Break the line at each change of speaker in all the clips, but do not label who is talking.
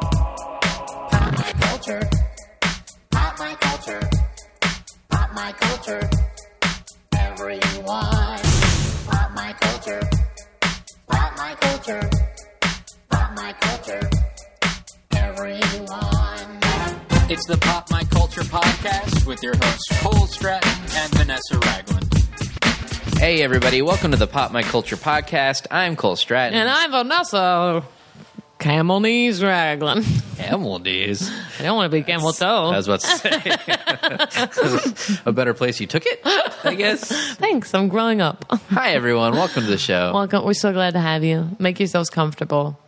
Pop my culture. Pop my culture. Pop my culture. Everyone. Pop my culture. Pop my culture. Pop my culture. Everyone.
It's the Pop My Culture podcast with your hosts Cole Stratton and Vanessa Ragland.
Hey, everybody, welcome to the Pop My Culture Podcast. I'm Cole Stratton.
And I'm Vanessa. Camel knees raglan.
Camel knees.
I don't want to be camel
I
toe.
was about to say. a better place you took it, I guess.
Thanks. I'm growing up.
Hi, everyone. Welcome to the show.
Welcome. We're so glad to have you. Make yourselves comfortable.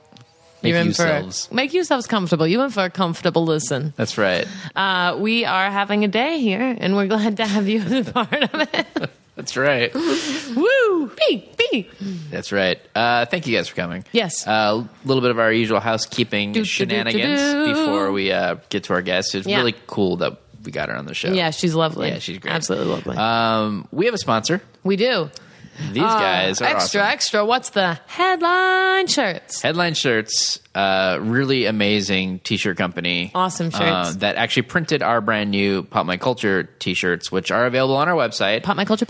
Make
in
yourselves.
for make yourselves comfortable. You're in for a comfortable listen.
That's right.
Uh, we are having a day here, and we're glad to have you as a part of it.
That's right.
Woo! Bee, bee.
That's right. Uh, thank you guys for coming.
Yes.
A little bit of our usual housekeeping
do, do,
shenanigans
do, do.
before we uh, get to our guests. It's
Yeah.
really cool that we got her on the show.
Yeah, she's lovely.
Yeah, she's great.
Absolutely lovely.
Um, we have a sponsor.
we do. Uh,
These guys are
Ah, extra,
awesome.
extra. What's the headline shirts?
Headline Shirts, uh, really amazing t-shirt company.
Awesome shirts.
uh, that actually printed our brand new Pop My Culture t-shirts, which are available on our website.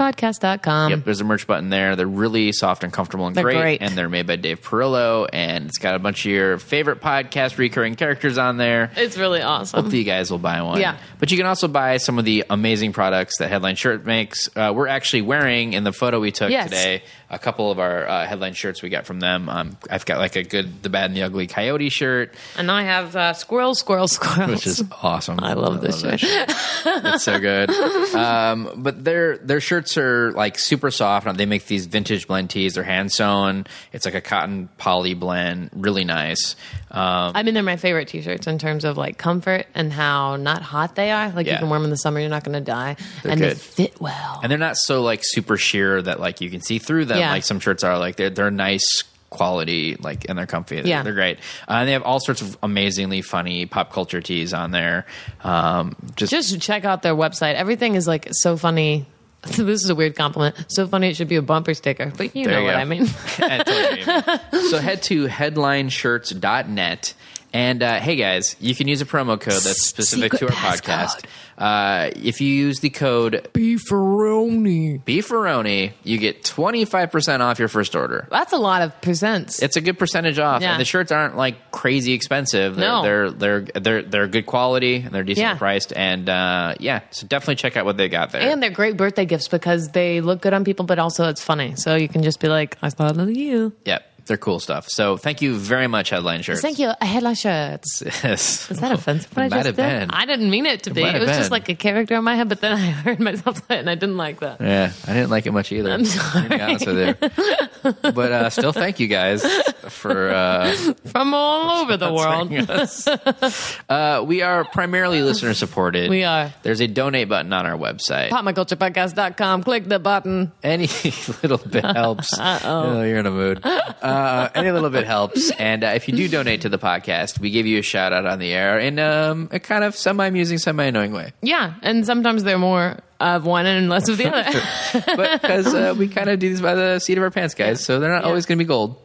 PopMyCulturePodcast.com.
Yep, there's a merch button there. They're really soft and comfortable and
They're
great,
great.
and they're made by Dave Perillo, and it's got a bunch of your favorite podcast recurring characters on there.
It's really awesome.
Hopefully, you guys will buy one.
Yeah.
but you can also buy some of the amazing products that Headline Shirt makes. Uh, we're actually wearing in the photo we took
Yes.
today a couple of our uh, Headline shirts we got from them. Um, I've got like a good, the bad, and the ugly coyote shirt,
And I have uh, squirrel, squirrel, squirrels.
which is awesome.
I love this
that
shirt.
It's so good. Um, but their their shirts are like super soft. and They make these vintage blend tees. They're hand sewn. It's like a cotton poly blend. Really nice. Um,
I mean, they're my favorite T-shirts in terms of like comfort and how not hot they are. Like
Yeah.
you can wear them in the summer, you're not going to die,
They're
and they
good.
fit well.
and they're not so like super sheer that like you can see through them.
Yeah.
Like some shirts are like they're they're nice quality like and they're comfy they're,
Yeah.
they're great uh, and they have all sorts of amazingly funny pop culture tees on there um just,
Just check out their website. Everything is like so funny. this is a weird compliment. So funny it should be a bumper sticker, but you
There
know
you
what
go.
I mean.
I told you, Amy. so head to headlineshirts.net and uh, hey guys you can use a promo code that's specific to our
secret
podcast uh, if you use the code
Beefaroni.
beefaroni you get 25% off your first order
That's a lot of percents.
it's a good percentage off
Yeah.
and the shirts aren't like crazy expensive they're,
No.
they're they're they're they're good quality and they're decent
Yeah.
priced and uh, yeah so definitely check out what they got there
and they're great birthday gifts because they look good on people, but also it's funny. So you can just be like, I thought of you.
yep they're cool stuff so thank you very much headline shirts
Thank you. I had my shirts.
yes
Is that offensive? What
It
I
might
just
have
did?
been.
I didn't mean it to be.
might
It,
have
was
been.
just like a character in my head, but then I heard myself say it and I didn't like that.
Yeah, I didn't like it much either. I'm sorry. To be honest with you. But uh, still, thank you guys for uh,
From all over the world.
sponsoring us. Uh, we are primarily listener supported.
We are.
There's a donate button on our website.
PopMyCulturePodcast.com. Click the button.
Any little bit helps. oh, you're in a mood. Uh, any little bit helps. And uh, if you do donate to the podcast, we give you a shout out on the air in um, a kind of semi amusing, semi annoying way.
Yeah. And sometimes they're more of one and less of the other.
but because uh, we kind of do these by the seat of our pants, guys. So they're not always going to be gold.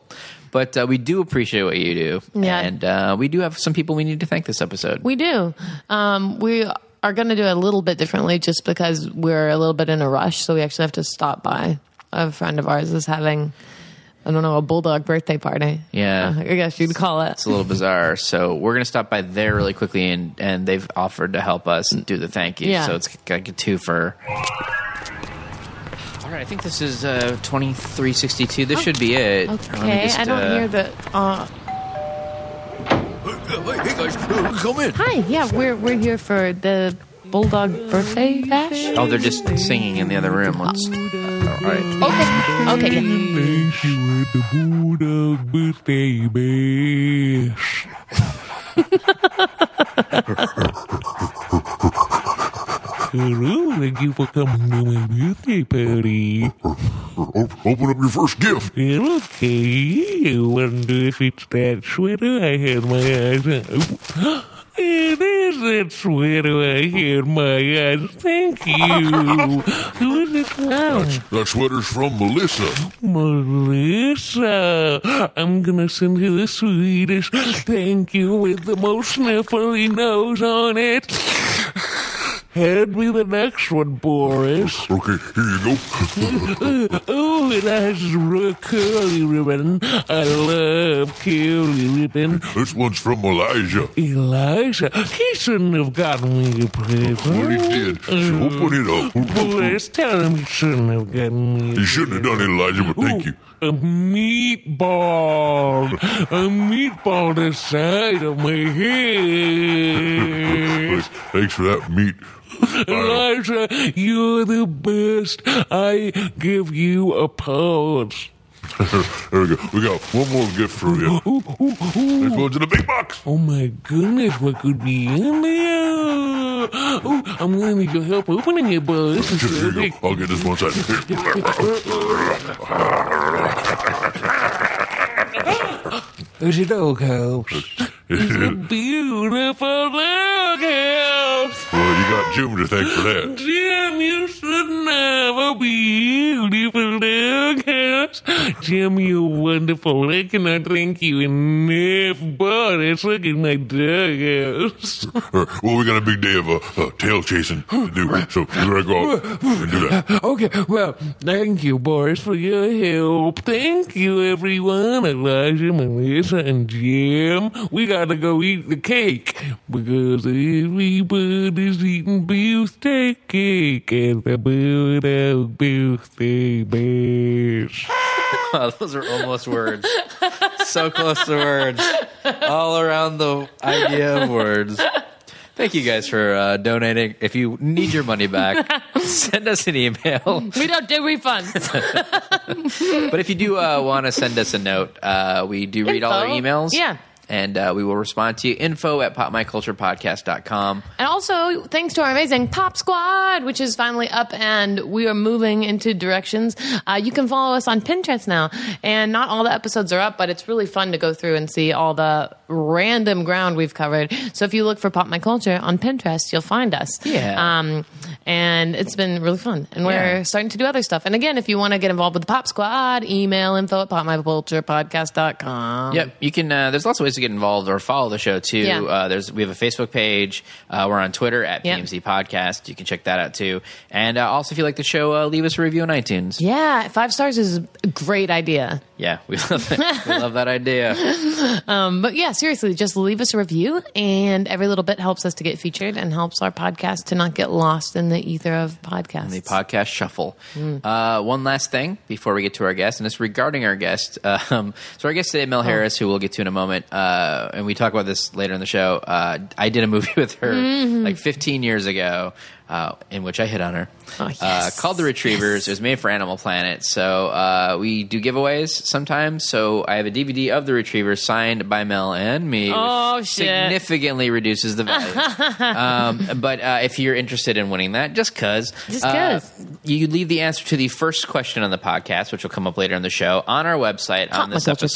But uh, we do appreciate what you do.
Yeah.
And uh, we do have some people we need to thank this episode.
we do. Um, we are going to do it a little bit differently just because we're a little bit in a rush. So we actually have to stop by. A friend of ours is having, I don't know, a bulldog birthday party.
Yeah.
I guess you'd call it.
it's a little bizarre. So we're going to stop by there really quickly, and, and they've offered to help us do the thank you.
Yeah.
So it's like a twofer. All right, I think this is uh, 2362. This should be it. Let me
Oh, Okay.
just,
I don't
uh,
hear the. Uh,
uh,
Hey guys, come in.
Hi, yeah, we're we're here for the Bulldog birthday bash.
Oh, they're just singing in the other room. Let's, all right.
Okay, okay, yeah.
Thank you at the Bulldog Birthday Bash. Hello, thank you for coming to my birthday party.
Open up your first gift.
Well, okay, I wonder if it's that sweater I had my eyes on. It is a sweater I had my eyes. Thank you. Who is it from?
That sweater's from Melissa.
Melissa. I'm gonna send you the sweetest thank you with the most sniffly nose on it. Hand me the next one, Boris.
Okay, here you go.
Oh, it has a curly ribbon. I love curly ribbon.
this one's from Elijah.
Eliza, he shouldn't have gotten me a
What he
present.
did. So open it up.
Boris, tell him he shouldn't have gotten me a
You shouldn't have done it, Elijah, but thank you.
Ooh, A meatball. A meatball the side of my head.
Thanks for that meat. I
Elijah, you're the best. I give you a pause.
there we go. We got one more gift for you.
Ooh, ooh,
Let's
ooh.
go into the big box.
Oh my goodness, what could be in there? Oh, I'm gonna need your help opening it, boss. It's so
Here you
big.
go. I'll get this one side.
It's a doghouse.
well,
Beautiful doghouse.
you got Jim to thank for that.
Jim, you shouldn't have a beautiful doghouse. Jim, you're wonderful. I cannot thank you enough, but it's look at my doghouse.
Uh, well, we got a big day of uh, uh, tail chasing to do, so we're gonna go out and do that.
Okay, well, thank you, Boris, for your help. Thank you, everyone. Elijah, Melissa, and Jim. We gotta go eat the cake because everybody's eating birthday cake at the Bulldog Birthday Bash.
Wow, those are almost words. so close to words. All around the idea of words. Thank you guys for uh, donating. If you need your money back, send us an email.
We don't do refunds.
But if you do uh, want to send us a note, uh, we do read all our
Info.
emails.
Yeah.
And uh, we will respond to you. Info at popmyculturepodcast.com.
and also, thanks to our amazing Pop Squad, which is finally up and we are moving into directions. Uh, you can follow us on Pinterest now. And not all the episodes are up, but it's really fun to go through and see all the random ground we've covered. So if you look for Pop My Culture on Pinterest, you'll find us.
Yeah.
Um, and it's been really fun. And we're
Yeah.
starting to do other stuff. And again, if you want to get involved with the Pop Squad, email info at popmyculturepodcast.com.
Yep, you can. Uh, there's lots of ways to get involved or follow the show too.
Um, Yeah.
Uh, there's we have a Facebook page. Uh, we're on Twitter at
Yep.
PMC Podcast. You can check that out too. And uh, also, if you like the show, uh, leave us a review on iTunes.
Yeah, five stars is a great idea.
Yeah, we love that. we love that idea.
But yeah, seriously, just leave us a review, and every little bit helps us to get featured and helps our podcast to not get lost in the ether of podcasts.
The podcast shuffle.
Hmm.
Uh, one last thing before we get to our guest, and it's regarding our guest. Um, so our guest today,
Oh.
Mel Harris, who we'll get to in a moment, uh, and we talk about this later in the show. Uh, I did a movie with her
Mm-hmm.
like 15 years ago, uh, in which I hit on her.
Oh,
uh,
yes.
called the Retrievers. It was made for Animal Planet, so uh, we do giveaways sometimes. So I have a DVD of the Retrievers signed by Mel and me. which
Oh, shit.
Significantly reduces the value. um, but uh, if you're interested in winning that, just cause,
Just
uh,
'cause.
you leave the answer to the first question on the podcast, which will come up later in the show, on our website on this episode.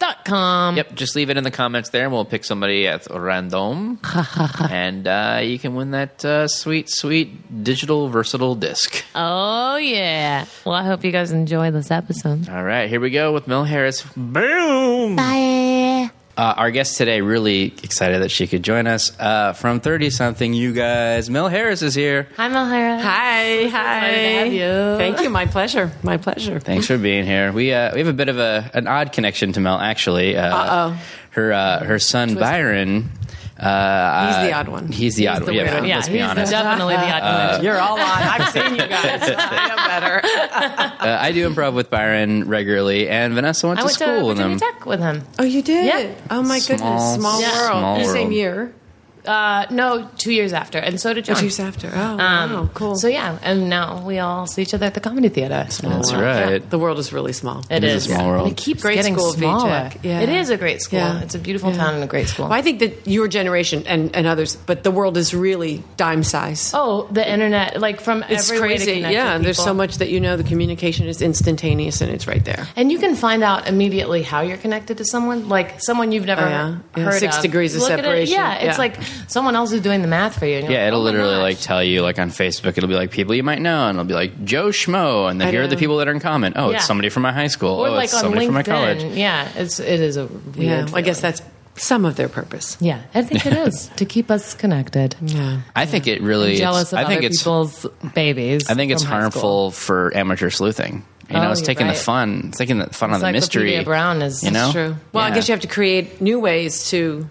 Podcast.com.
Yep, just leave it in the comments there, and we'll pick somebody at random, and uh, you can win that uh, sweet, sweet digital versatile disc.
Oh, yeah. Well, I hope you guys enjoy this episode.
All right, here we go with Mel Harris. Boom! Bye. Uh, our guest today, really excited that she could join us uh, from 30 something, you guys. Mel Harris is here.
Hi, Mahara.
Hi, hi.
Excited to have you.
Thank you. My pleasure. My pleasure.
Thanks for being here. We uh, we have a bit of a an odd connection to Mel, actually. Uh,
Uh-oh.
Oh.
Her uh, her son Byron. Uh,
He's the
uh,
odd one.
He's the odd
the
one. Yeah,
weirdo.
let's
Yeah,
be
he's
honest. Uh,
definitely the odd one.
You're all on. I've seen you guys. I am better.
Uh, I do improv with Byron regularly, and Vanessa went
I
to
went to
school with
Virginia
him.
Tech with him.
Oh, you did?
Yeah.
Oh, my
Small-
goodness. Small
Yeah.
world.
small
The
world.
Same year.
Uh, no, two years after, and so did John.
Two years after. Oh,
Um,
wow. Cool.
So yeah, and now we all see each other at the comedy theater.
That's
Oh,
right.
The world is really small.
It
is a
is
small world.
And it keeps
Great
getting
school,
smaller.
VTech. Yeah.
It is a great school.
Yeah.
It's a beautiful
Yeah.
town and a great school.
Well, I think that your generation and, and others, but the world is really dime size.
oh, the internet! Like from
it's
every way to
crazy.
connect
Yeah,
with
there's so
people.
much that you know. The communication is instantaneous and it's right there.
And you can find out immediately how you're connected to someone, like someone you've never
Oh, yeah. Yeah,
heard
six
of.
degrees of
Look at it.
separation.
Yeah, it's
Yeah.
like someone else is doing the math for you. and you're
Yeah,
like,
it'll
"Oh my
literally
gosh."
like tell you like on Facebook. It'll be like people you might know, and it'll be like Joe Schmo, and then
I
here are the
know.
people that are in common. Oh,
Yeah.
it's somebody from my high school.
or
oh,
like
it's
on
somebody
LinkedIn.
from my college.
Yeah, it's it is a weird.
Yeah, I guess
feeling.
that's some of their purpose.
Yeah, I think it is to keep us connected.
Yeah.
I think it really. it's-
Jealous of
I think
other
it's.
people's babies.
I think it's
from high school.
harmful for amateur sleuthing. You know,
Oh,
it's
you're
taking
right.
the fun, it's taking the fun on the mystery.
Encyclopedia Brown is
you know?
that's
True. Well, I
Yeah.
guess you have to create new ways to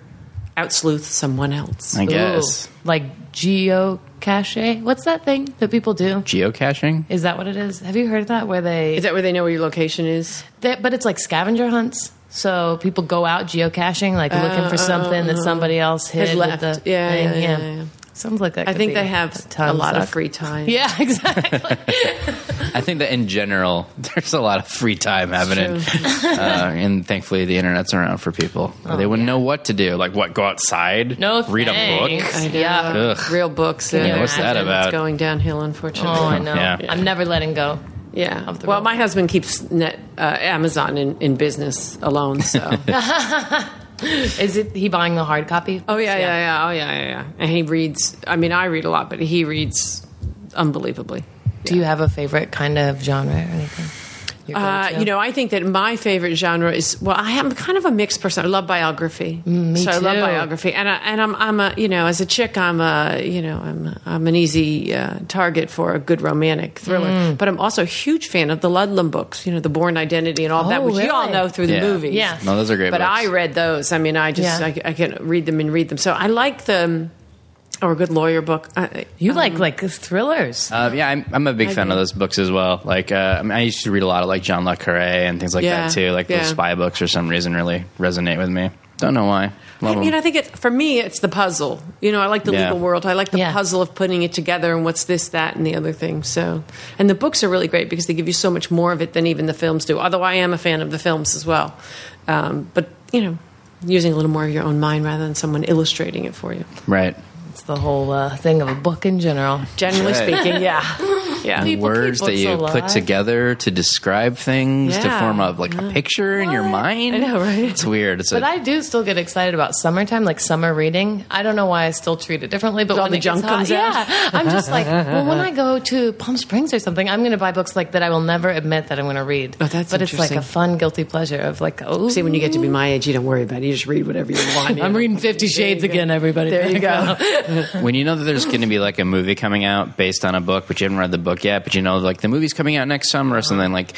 out sleuth someone else.
I
Ooh,
guess
like geocache. What's that thing that people do?
geocaching.
Is that what it is? Have you heard of that? Where
Is
they,
that where they know where your location is?
they but it's like scavenger hunts. So people go out geocaching, like looking for something that somebody else hid.
Has
with
Oh, left.
the
Yeah,
thing.
yeah, yeah, yeah.
Sounds like that.
I
could
think
be
they have
ton
a lot of
suck.
free time.
Yeah, exactly.
I think that in general, there's a lot of free time happening, uh, and thankfully the internet's around for people. they wouldn't know what to do. Like what? Go outside?
Oh, No,
read a book.
thanks.
I know.
Yeah.
Ugh.
Real books. Yeah,
what's that
about?
It's going downhill, unfortunately.
Oh, I know.
Yeah.
I'm never letting go.
Yeah.
Of the
well,
road.
my husband keeps net, uh, Amazon in, in business alone, so.
Is it he buying the hard copy?
Oh yeah, yeah, yeah, Oh yeah, yeah, yeah. And he reads. I mean, I read a lot, but he reads unbelievably.
Do you have a favorite kind of genre or anything? Your
Uh,
go-to?
you know, I think that my favorite genre is well, I am kind of a mixed person. I love biography,
Mm, me
so I love
too.
biography, and I, and I'm I'm a you know as a chick I'm a you know I'm I'm an easy uh, target for a good romantic thriller,
Mm.
but I'm also a huge fan of the Ludlum books, you know, the Born Identity and all that,
Oh,
which you all
really?
know through
Yeah.
the movies.
Yeah.
No, those are great.
But
books.
I read those. I mean, I just
Yeah.
I, I can read them and read them. So I like them. Or a good lawyer book. I- I,
you like like thrillers.
Uh, yeah, I'm, I'm a big fan
do.
of those books as well. Like, uh, I, mean, I used to read a lot of like John le Carre and things like
Yeah,
that too. Like
yeah.
those spy books for some reason really resonate with me. Don't know why. Love
I mean,
'em.
I think it's for me, it's the puzzle. You know, I like the
Yeah.
legal world. I like the
Yeah.
puzzle of putting it together and what's this, that, and the other thing. So, and the books are really great because they give you so much more of it than even the films do. Although I am a fan of the films as well, um, but you know, using a little more of your own mind rather than someone illustrating it for you.
right.
it's the whole uh, thing of a book in general.
Generally
Right.
speaking, yeah,
People
yeah.
keep
Words that
books
you
alive.
put together to describe things to
Yeah.
form a like a picture in your mind.
I know, right?
It's weird. It's
But
a,
I do still get excited about summertime, like summer reading. I don't know why I still treat it differently, but
All
when
the
it gets
junk
hot-
comes out.
yeah, I'm just like, well, when I go to Palm Springs or something, I'm going to buy books like that. I will never admit that I'm going to read.
Oh, that's
but it's like a
interesting.
fun guilty pleasure of like, oh,
See, when you get to be my age, you don't worry about it. You just read whatever you want. you
I'm
know.
reading Fifty Shades again, everybody.
There you go.
when you know that there's going to be like a movie coming out based on a book, but you haven't read the book yet, but you know like the movie's coming out next summer or something, like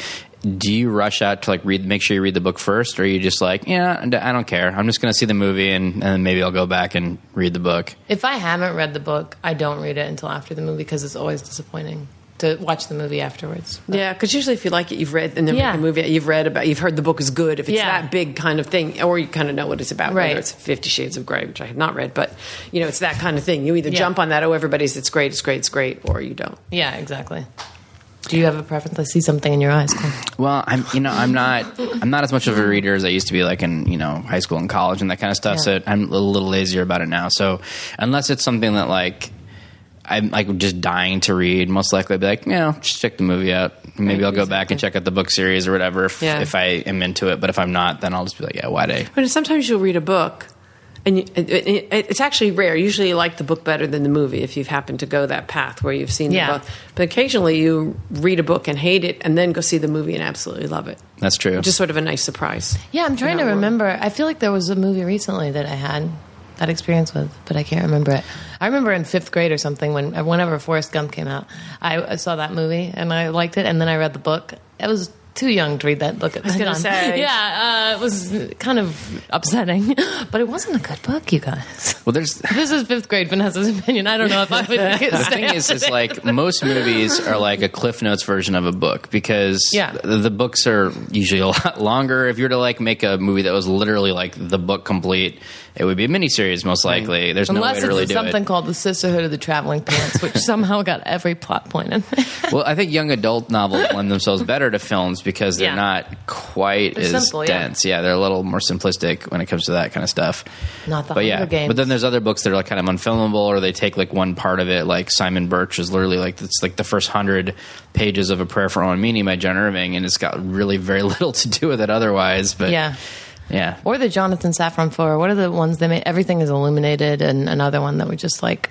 do you rush out to like read, make sure you read the book first, or are you just like, yeah, I d- I don't care, I'm just going to see the movie and, and then maybe I'll go back and read the book.
If I haven't read the book, I don't read it until after the movie because it's always disappointing to watch the movie afterwards.
Yeah, because usually if you like it, you've read and then
Yeah.
the movie you've read about, you've heard the book is good. If it's
Yeah.
that big kind of thing, or you kind of know what it's about,
Right.
whether it's Fifty Shades of Grey, which I have not read, but you know it's that kind of thing. You either
Yeah.
jump on that, oh everybody's it's great, it's great, it's great, or you don't.
Yeah, exactly. Do you have a preference? I see something in your eyes. Cole.
Well, I'm you know I'm not I'm not as much of a reader as I used to be like in you know high school and college and that kind of stuff.
Yeah.
So I'm a little lazier about it now. So unless it's something that like I'm like just dying to read, most likely I'd be like, yeah, just check the movie out. Maybe I'll go back and check out the book series or whatever if,
Yeah.
if I am into it. But if I'm not, then I'll just be like, yeah, why day?
But sometimes you'll read a book, and you, it, it, it's actually rare. Usually, you like the book better than the movie if you've happened to go that path where you've seen
Yeah.
the book. But occasionally, you read a book and hate it, and then go see the movie and absolutely love it.
That's true.
Just sort of a nice surprise.
Yeah, I'm trying to
No, we're-
remember. I feel like there was a movie recently that I had that experience with, but I can't remember it. I remember in fifth grade or something when uh, whenever Forrest Gump came out, I, I saw that movie and I liked it, and then I read the book. I was too young to read that book. At I
was gonna say.
yeah, uh, it was kind of upsetting, but it wasn't a good book, you guys.
well, there's
This is fifth grade Vanessa's opinion. I don't know if I would.
the thing is, is like most movies are like a Cliff Notes version of a book because
Yeah.
the, the books are usually a lot longer. If you were to like make a movie that was literally like the book complete, it would be a miniseries most likely. There's no way
Unless
to really
it's
do
something
it.
called the Sisterhood of the Traveling Pants, which somehow got every plot point in there.
Well, I think young adult novels lend themselves better to films because they're
Yeah.
not quite
They're
as
simple, yeah.
dense. Yeah. they're a little more simplistic when it comes to that kind of stuff.
Not the
but yeah,
Hunger Games.
but then there's other books that are like kind of unfilmable, or they take like one part of it. Like Simon Birch is literally like it's like the first hundred pages of A Prayer for Owen Meany by John Irving, and it's got really very little to do with it otherwise. But
Yeah.
Yeah.
Or the Jonathan Saffron four. What are the ones they made? Everything is illuminated, and another one that was just like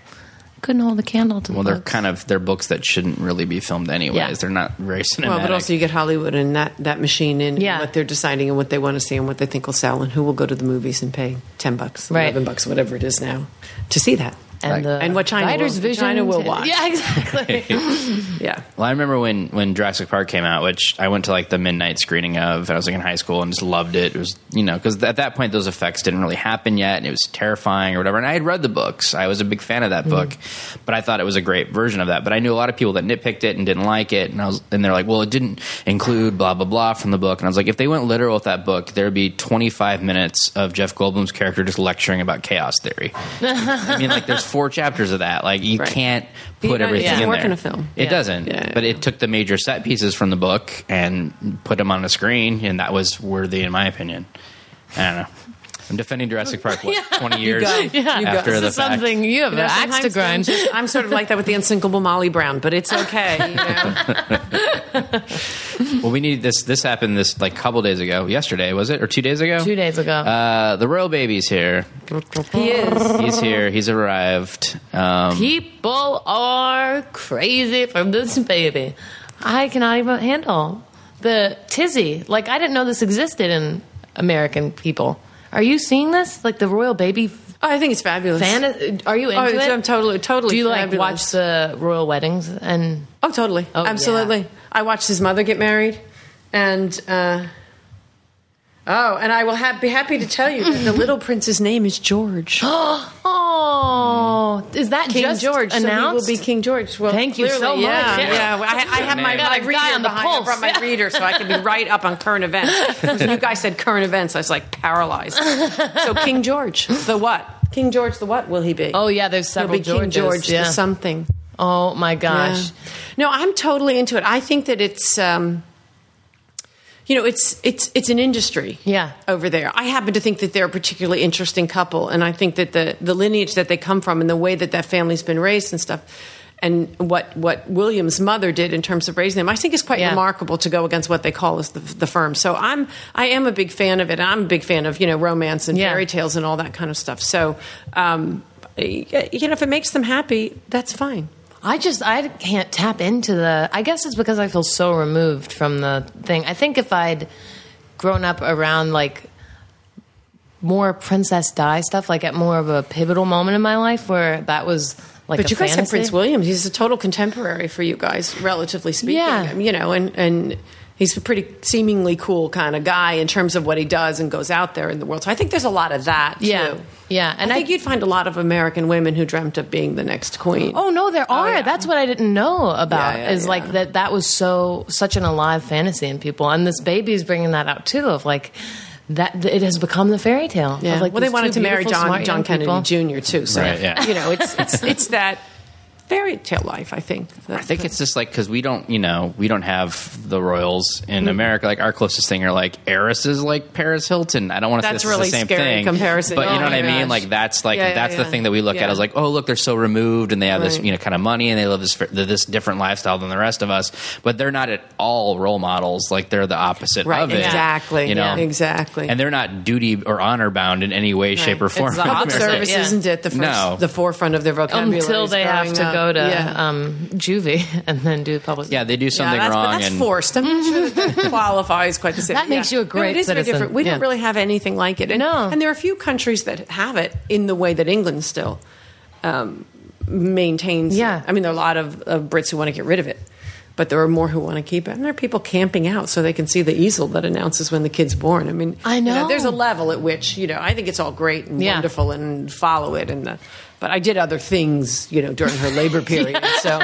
couldn't hold a candle to.
Well,
the
they're
books.
kind of they're books that shouldn't really be filmed anyways.
Yeah.
They're not very cinematic.
Well, but also you get Hollywood and that, that machine and
Yeah.
what they're deciding and what they want to see and what they think will sell and who will go to the movies and pay ten bucks,
Right.
eleven bucks, whatever it is now, to see that.
and,
like-
the
and what China will-
writer's vision
China will
to-
watch.
Yeah, exactly.
Yeah,
Well, I remember when when Jurassic Park came out, which I went to like the midnight screening of. And I was like in high school and just loved it. It was you know because at that point those effects didn't really happen yet, and it was terrifying or whatever. And I had read the books; I was a big fan of that
Mm-hmm.
book, but I thought it was a great version of that. But I knew a lot of people that nitpicked it and didn't like it, and I was and they're like, well, it didn't include blah blah blah from the book. And I was like, if they went literal with that book, there'd be twenty five minutes of Jeff Goldblum's character just lecturing about chaos theory. I mean, like there's four chapters of that. Like you
Right.
can't
But you
put
know, it
everything
doesn't
in
work
there.
in a film.
It
Yeah.
doesn't.
Yeah.
But it took the major set pieces from the book and put them on a screen, and that was worthy, in my opinion. I don't know. I'm defending Jurassic Park what, 20 years
go.
Yeah.
You go.
after
this
the
is
fact.
something you have an axe to
Sometimes I'm
grind.
just- I'm sort of like that with the unsinkable Molly Brown, but it's okay. You know?
Well, we need this. This happened this like couple days ago. Yesterday was it or two days ago?
Two days ago.
Uh, the royal baby's here.
he is.
He's here. He's arrived. Um,
People are crazy for this baby. I cannot even handle the tizzy. Like I didn't know this existed in American people. Are you seeing this? Like the royal baby
Oh, I think it's fabulous.
fan? Are you into
oh, it's-
it?
I'm totally, totally.
Do you like
fabulous.
watch the royal weddings and
Oh, totally.
Oh,
Absolutely.
yeah.
I watched his mother get married, and uh, oh, and I will ha- be happy to tell you that the little prince's name is George.
oh, is that
King
just
George.
announced?
So he will be King George. Well,
Thank you
clearly,
so much.
Yeah,
Yeah.
yeah. Well, I, I have my,
Man.
my
Got a
reader
guy on the
behind. I brought my
pulse.
reader so I can be right up on current events. you guys said current events. I was like paralyzed. So King George, the what? King George, the what will he be?
oh yeah, there's
He'll
several
be King
Georges,
George,
yeah.
the something.
Oh my gosh.
Yeah. No, I'm totally into it. I think that it's um, you know, it's it's it's an industry.
Yeah.
Over there. I happen to think that they're a particularly interesting couple and I think that the the lineage that they come from and the way that that family's been raised and stuff and what what William's mother did in terms of raising them, I think is quite
Yeah.
remarkable to go against what they call as the, the firm. So I'm I am a big fan of it. And I'm a big fan of you know romance and
Yeah.
fairy tales and all that kind of stuff. So um, y- you know if it makes them happy, that's fine.
I just I can't tap into the. I guess it's because I feel so removed from the thing. I think if I'd grown up around like more Princess Di stuff, like at more of a pivotal moment in my life where that was like.
But
a
you guys have
fantasy.
Prince William. He's a total contemporary for you guys, relatively speaking.
Yeah.
I mean, You know, and, and he's a pretty seemingly cool kind of guy in terms of what he does and goes out there in the world. So I think there's a lot of that,
Yeah,
too.
yeah, and
I
I-
think you'd find a lot of American women who dreamt of being the next queen.
Oh no, there are.
yeah.
That's what I didn't know about.
Yeah, yeah,
is
yeah.
like that. That was so such an alive fantasy in people, and this baby is bringing that out too. Of like that, it has become the fairy tale. of,
yeah.
like,
well, they
these
wanted
two
to marry
beautiful,
John
smart
John
young
Kennedy
people.
Jr. too. So
Right, yeah.
you know, it's it's it's that fairy tale life. I think.
I think it's just like because we don't, you know, we don't have the royals
Mm-hmm.
in America. Like our closest thing are like heiresses, like Paris Hilton. I don't want to say
That's
this is
really
the same
scary
thing
comparison.
but
Oh
you know what
my
I mean.
gosh.
Like that's like
Yeah, yeah,
that's the
yeah.
thing that we look at
Yeah.
as like, oh, look, they're so removed and they have this,
Right.
you know, kind of money and they live this this different lifestyle than the rest of us. But they're not at all role models. Like they're the opposite
right.
of it.
Exactly.
You know
Yeah. Exactly.
And they're not duty or honor bound in any way, shape, or form.
It's public service
Yeah.
isn't at the first,
No.
the forefront of their vocabulary
until they have
growing
to
up.
go to
Yeah.
um, juvie and then do public.
Yeah, they do something
that's,
wrong.
But that's
and
forced. I'm not sure that that qualifies quite the same.
That makes you a great
no, it is
citizen.
Very different. We
Yeah.
don't really have anything like it. And,
No.
and there are a few countries that have it in the way that England still um, maintains. it.
Yeah.
I mean, there are a lot of, of Brits who want to get rid of it. But there are more who want to keep it, and there are people camping out so they can see the easel that announces when the kid's born. I mean,
I
you
know.
there's a level at which you know I think it's all great and
Yeah.
wonderful and follow it, and the, but I did other things you know during her labor period, so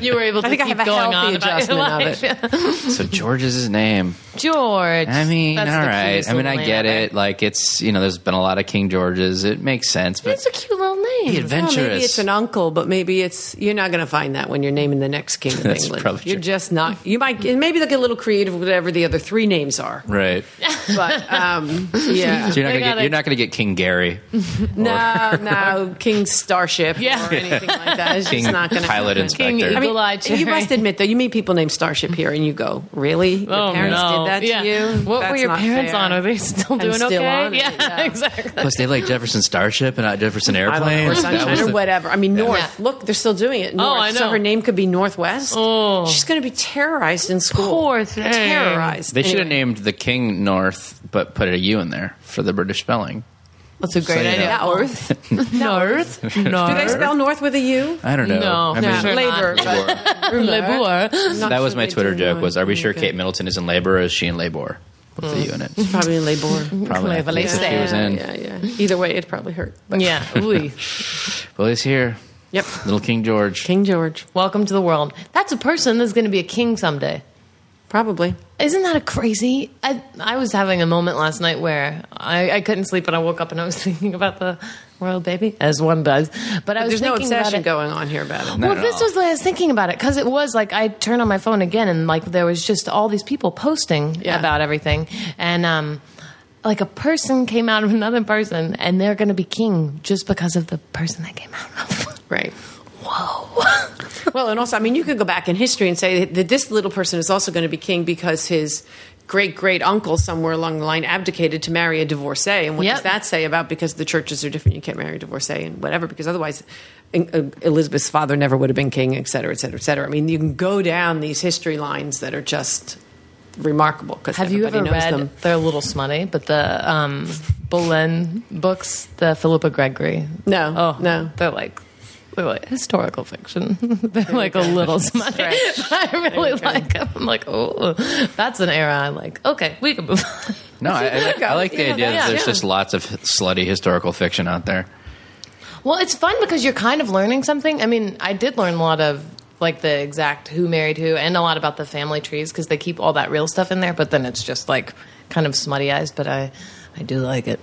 you were able to
I think I
keep
have a
going
healthy
on about your
adjustment of
life.
it.
So George is his name.
George.
I mean, all
That's the
right.
cutest
I mean,
little
I
name
get
ever.
it. Like it's you know, there's been a lot of King Georges. It makes sense, but
It's a cute little name.
be adventurous.
Well, maybe it's an uncle, but maybe it's you're not going to find that when you're naming the next king of
That's
England.
probably
You're
true.
just not. You might maybe they'll get a little creative with whatever the other three names are.
right?
But um, yeah,
So you're not gonna
They
get
gotta-
you're not gonna get King Gary.
no, no, King King Starship
Yeah.
or anything like that. It's
King
just not going to
Pilot
happen.
Inspector.
King
I mean,
Eagle Eye
You must admit, though, you meet people named Starship here, and you go, "Really? Your
Oh,
parents
no.
did that
yeah.
to you?
What
That's
were your
not
parents
fair.
on? Are they still doing
still
okay?
on it,
yeah,
yeah.
exactly.
Plus, they like Jefferson Starship and not Jefferson
I don't
Airplane.
know, or
That was
sunshine or
the-
whatever. I mean, North.
Yeah. Oh,
Look, they're still doing it. North.
I know.
So her name could be Northwest.
Oh.
She's going to be terrorized in school.
Poor thing.
Terrorized.
They should have
Anyway.
named the King North, but put a U in there for the British spelling.
That's a great
you
idea.
know.
North. North. North.
Do they spell North with a U?
I don't know.
No.
I
No.
mean,
Sure
labor.
Labour.
Not
that
sure
was my
they
Twitter
do
joke.
know
Was are we
anything
sure
good.
Kate Middleton is in labor or is she in labor with the U in it?
Probably labor.
Probably. not. At
Cleverly
least she was
said.
in.
Yeah, yeah. Either way, it probably hurt. But
Yeah. Ooh.
Well, he's here,
Yep.
little King George.
King George,
Welcome to the world. That's a person that's going to be a king someday.
probably.
Isn't that a crazy? I I was having a moment last night where I, I couldn't sleep and I woke up and I was thinking about the royal baby, as one does. But, I was
There's no
thinking about
obsession
it.
going on here about it.
Not
Well,
at
this
all.
was the I was thinking about it because it was like I turned on my phone again and like there was just all these people posting
Yeah.
about everything, and um, like a person came out of another person, and they're going to be king just because of the person they came out of.
Right.
Whoa!
Well, and also, I mean, you could go back in history and say that this little person is also going to be king because his great great uncle somewhere along the line abdicated to marry a divorcee. And what
Yep.
does that say about because the churches are different? You can't marry a divorcee and whatever, because otherwise in- uh, Elizabeth's father never would have been king, et cetera, et cetera, et cetera. I mean, you can go down these history lines that are just remarkable because
Have you ever
knows
read?
them.
They're a little smutty, but the um, Boleyn books, the Philippa Gregory.
No,
Oh
no.
they're like. They're like historical fiction. They're like a little smutty. but I really like them. I'm like, oh, that's an era I like. Okay, we can move on.
No, I, I, like, I like the
Yeah,
idea that
yeah,
there's
yeah.
just lots of slutty historical fiction out there.
Well, it's fun because you're kind of learning something. I mean, I did learn a lot of like the exact who married who and a lot about the family trees because they keep all that real stuff in there, but then it's just like kind of smutty eyes, but I I do like it.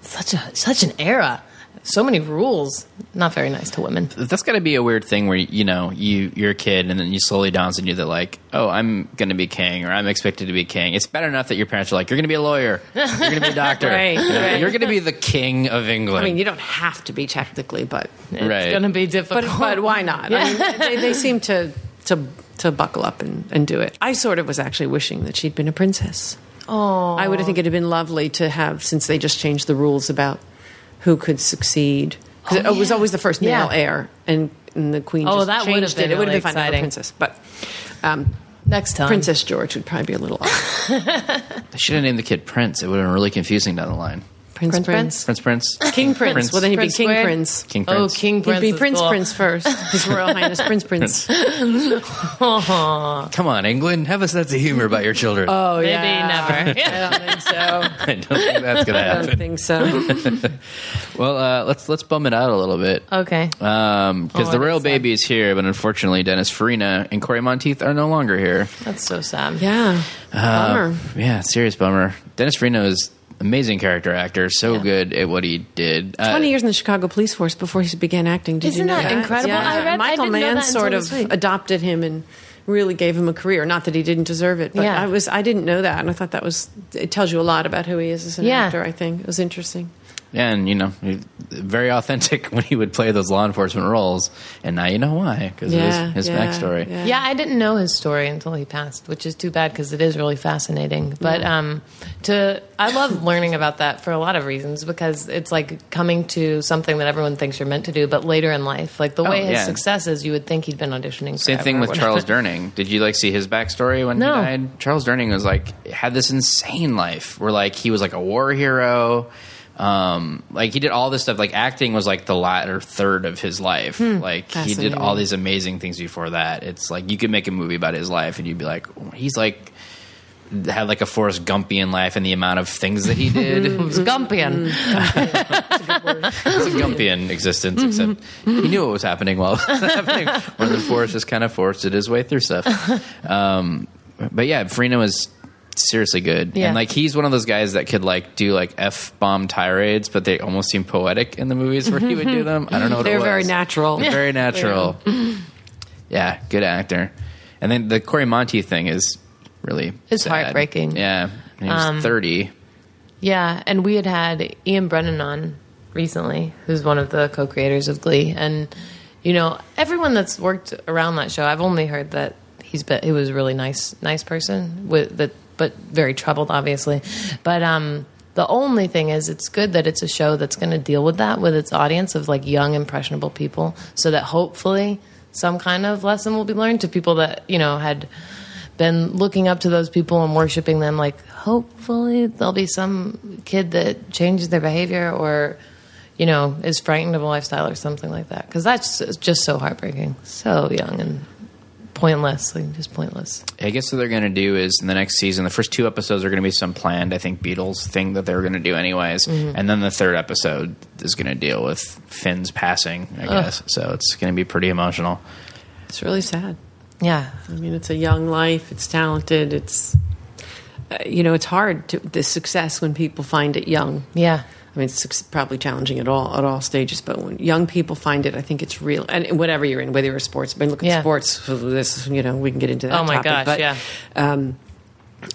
Such a such an era. So many rules. Not very nice to women.
That's got to be a weird thing where you know you you're a kid and then you slowly dawns on you that like oh I'm going to be king or I'm expected to be king. It's bad enough that your parents are like you're going to be a lawyer, you're going to be a doctor,
Right,
You know,
right.
you're going to be the king of England.
I mean, you don't have to be technically, but
It's
Right.
going to be difficult.
but, but why not? I mean, they, they seem to, to, to buckle up and, and do it. I sort of was actually wishing that she'd been a princess.
Oh.
I would have think it'd have been lovely to have since they just changed the rules about who could succeed. 'Cause it,
Oh,
was
yeah.
always the first male
Yeah.
heir, and, and the queen.
Oh,
just
that would
changed
have been
it. It would
really
have been fun to have a
exciting.
princess, but um,
Next time.
Princess George would probably be a little off.
They should have named the kid Prince. It would have been really confusing down the line.
Prince,
Prince,
Prince,
Prince Prince.
King Prince. Well, then he'd
Prince
be King
Squared?
Prince.
King
Oh,
Prince.
King Prince.
He'd be
is
Prince
cool.
Prince first. His Royal Highness Prince Prince.
Come on, England, have a sense of humor about your children.
Oh
Maybe never.
I don't think so.
I don't think that's going to
I don't
happen.
think so.
Well, uh, let's let's bum it out a little bit.
Okay.
because
Oh,
Um, the
that's
royal
sad.
baby is here, but unfortunately, Dennis Farina and Corey Monteith are no longer here. Uh,
That's so sad.
Yeah. Bummer.
Yeah, serious bummer. Dennis Farina is amazing character actor, so good at what he did. Uh,
20 years in the Chicago Police Force before he began acting. Did you
Isn't
know
that incredible? I read- I
Michael
didn't know
Mann
that until
sort
this
of
week.
adopted him and really gave him a career. Not that he didn't deserve it, but
Yeah.
I was I didn't know that, and I thought that was it tells you a lot about who he is as an
Yeah.
actor. I think it was interesting.
and you know, he- very authentic when he would play those law enforcement roles, and now you know why because
Yeah,
of his, his
yeah,
backstory.
yeah.
Yeah, I didn't know his story until he passed, which is too bad because it is really fascinating. But um, to I love learning about that for a lot of reasons because it's like coming to something that everyone thinks you're meant to do, but later in life, like the
Oh,
way his
yeah.
success is, you would think he'd been auditioning.
Same
forever
thing
or
with
whatever.
Charles Durning. Did you like see his backstory when
No.
he died? Charles Durning was like had this insane life where like he was like a war hero. Um, like he did all this stuff. Like acting was like the latter third of his life. like he did
Fascinating.
all these amazing things before that. It's like you could make a movie about his life and you'd be like, he's like had like a Forrest Gumpian life and the amount of things that he did.
It was
Mm-hmm.
Gumpian.
It's a Gumpian existence, except he knew what was happening while it was happening. Or the forest just kind of forced his way through stuff. Um, but yeah, Farina was seriously good,
Yeah.
and like he's one of those guys that could like do like f bomb tirades, but they almost seem poetic in the movies where he would do them. I don't know. What
They're
it was.
very natural.
They're very natural. yeah, good actor. And then the Corey Monte thing is really
It's
sad.
heartbreaking.
Yeah, And he was thirty.
Yeah, and we had had Ian Brennan on recently, who's one of the co-creators of Glee, and you know everyone that's worked around that show. I've only heard that he's been, he was a really nice, nice person with that, but very troubled, obviously. But um, the only thing is, it's good that it's a show that's going to deal with that with its audience of like young, impressionable people, so that hopefully some kind of lesson will be learned to people that you know had been looking up to those people and worshiping them like hopefully there'll be some kid that changes their behavior or you know is frightened of a lifestyle or something like that because that's just so heartbreaking so young and pointless like just pointless
I guess what they're going to do is in the next season, the first two episodes are going to be some planned, I think, Beatles thing that they were going to do anyways,
Mm-hmm.
and then the third episode is going to deal with Finn's passing, I guess. So it's going to be pretty emotional.
It's really sad.
yeah
I mean, it's a young life. It's talented. It's uh, you know, it's hard to the success when people find it young.
yeah
I mean, it's suc- probably challenging at all at all stages, but when young people find it, I think it's real. And whatever you're in, whether you're a sports, I mean, look at
Yeah.
sports. so This, you know, we can get into that.
Oh my
topic,
gosh,
but,
yeah.
Um,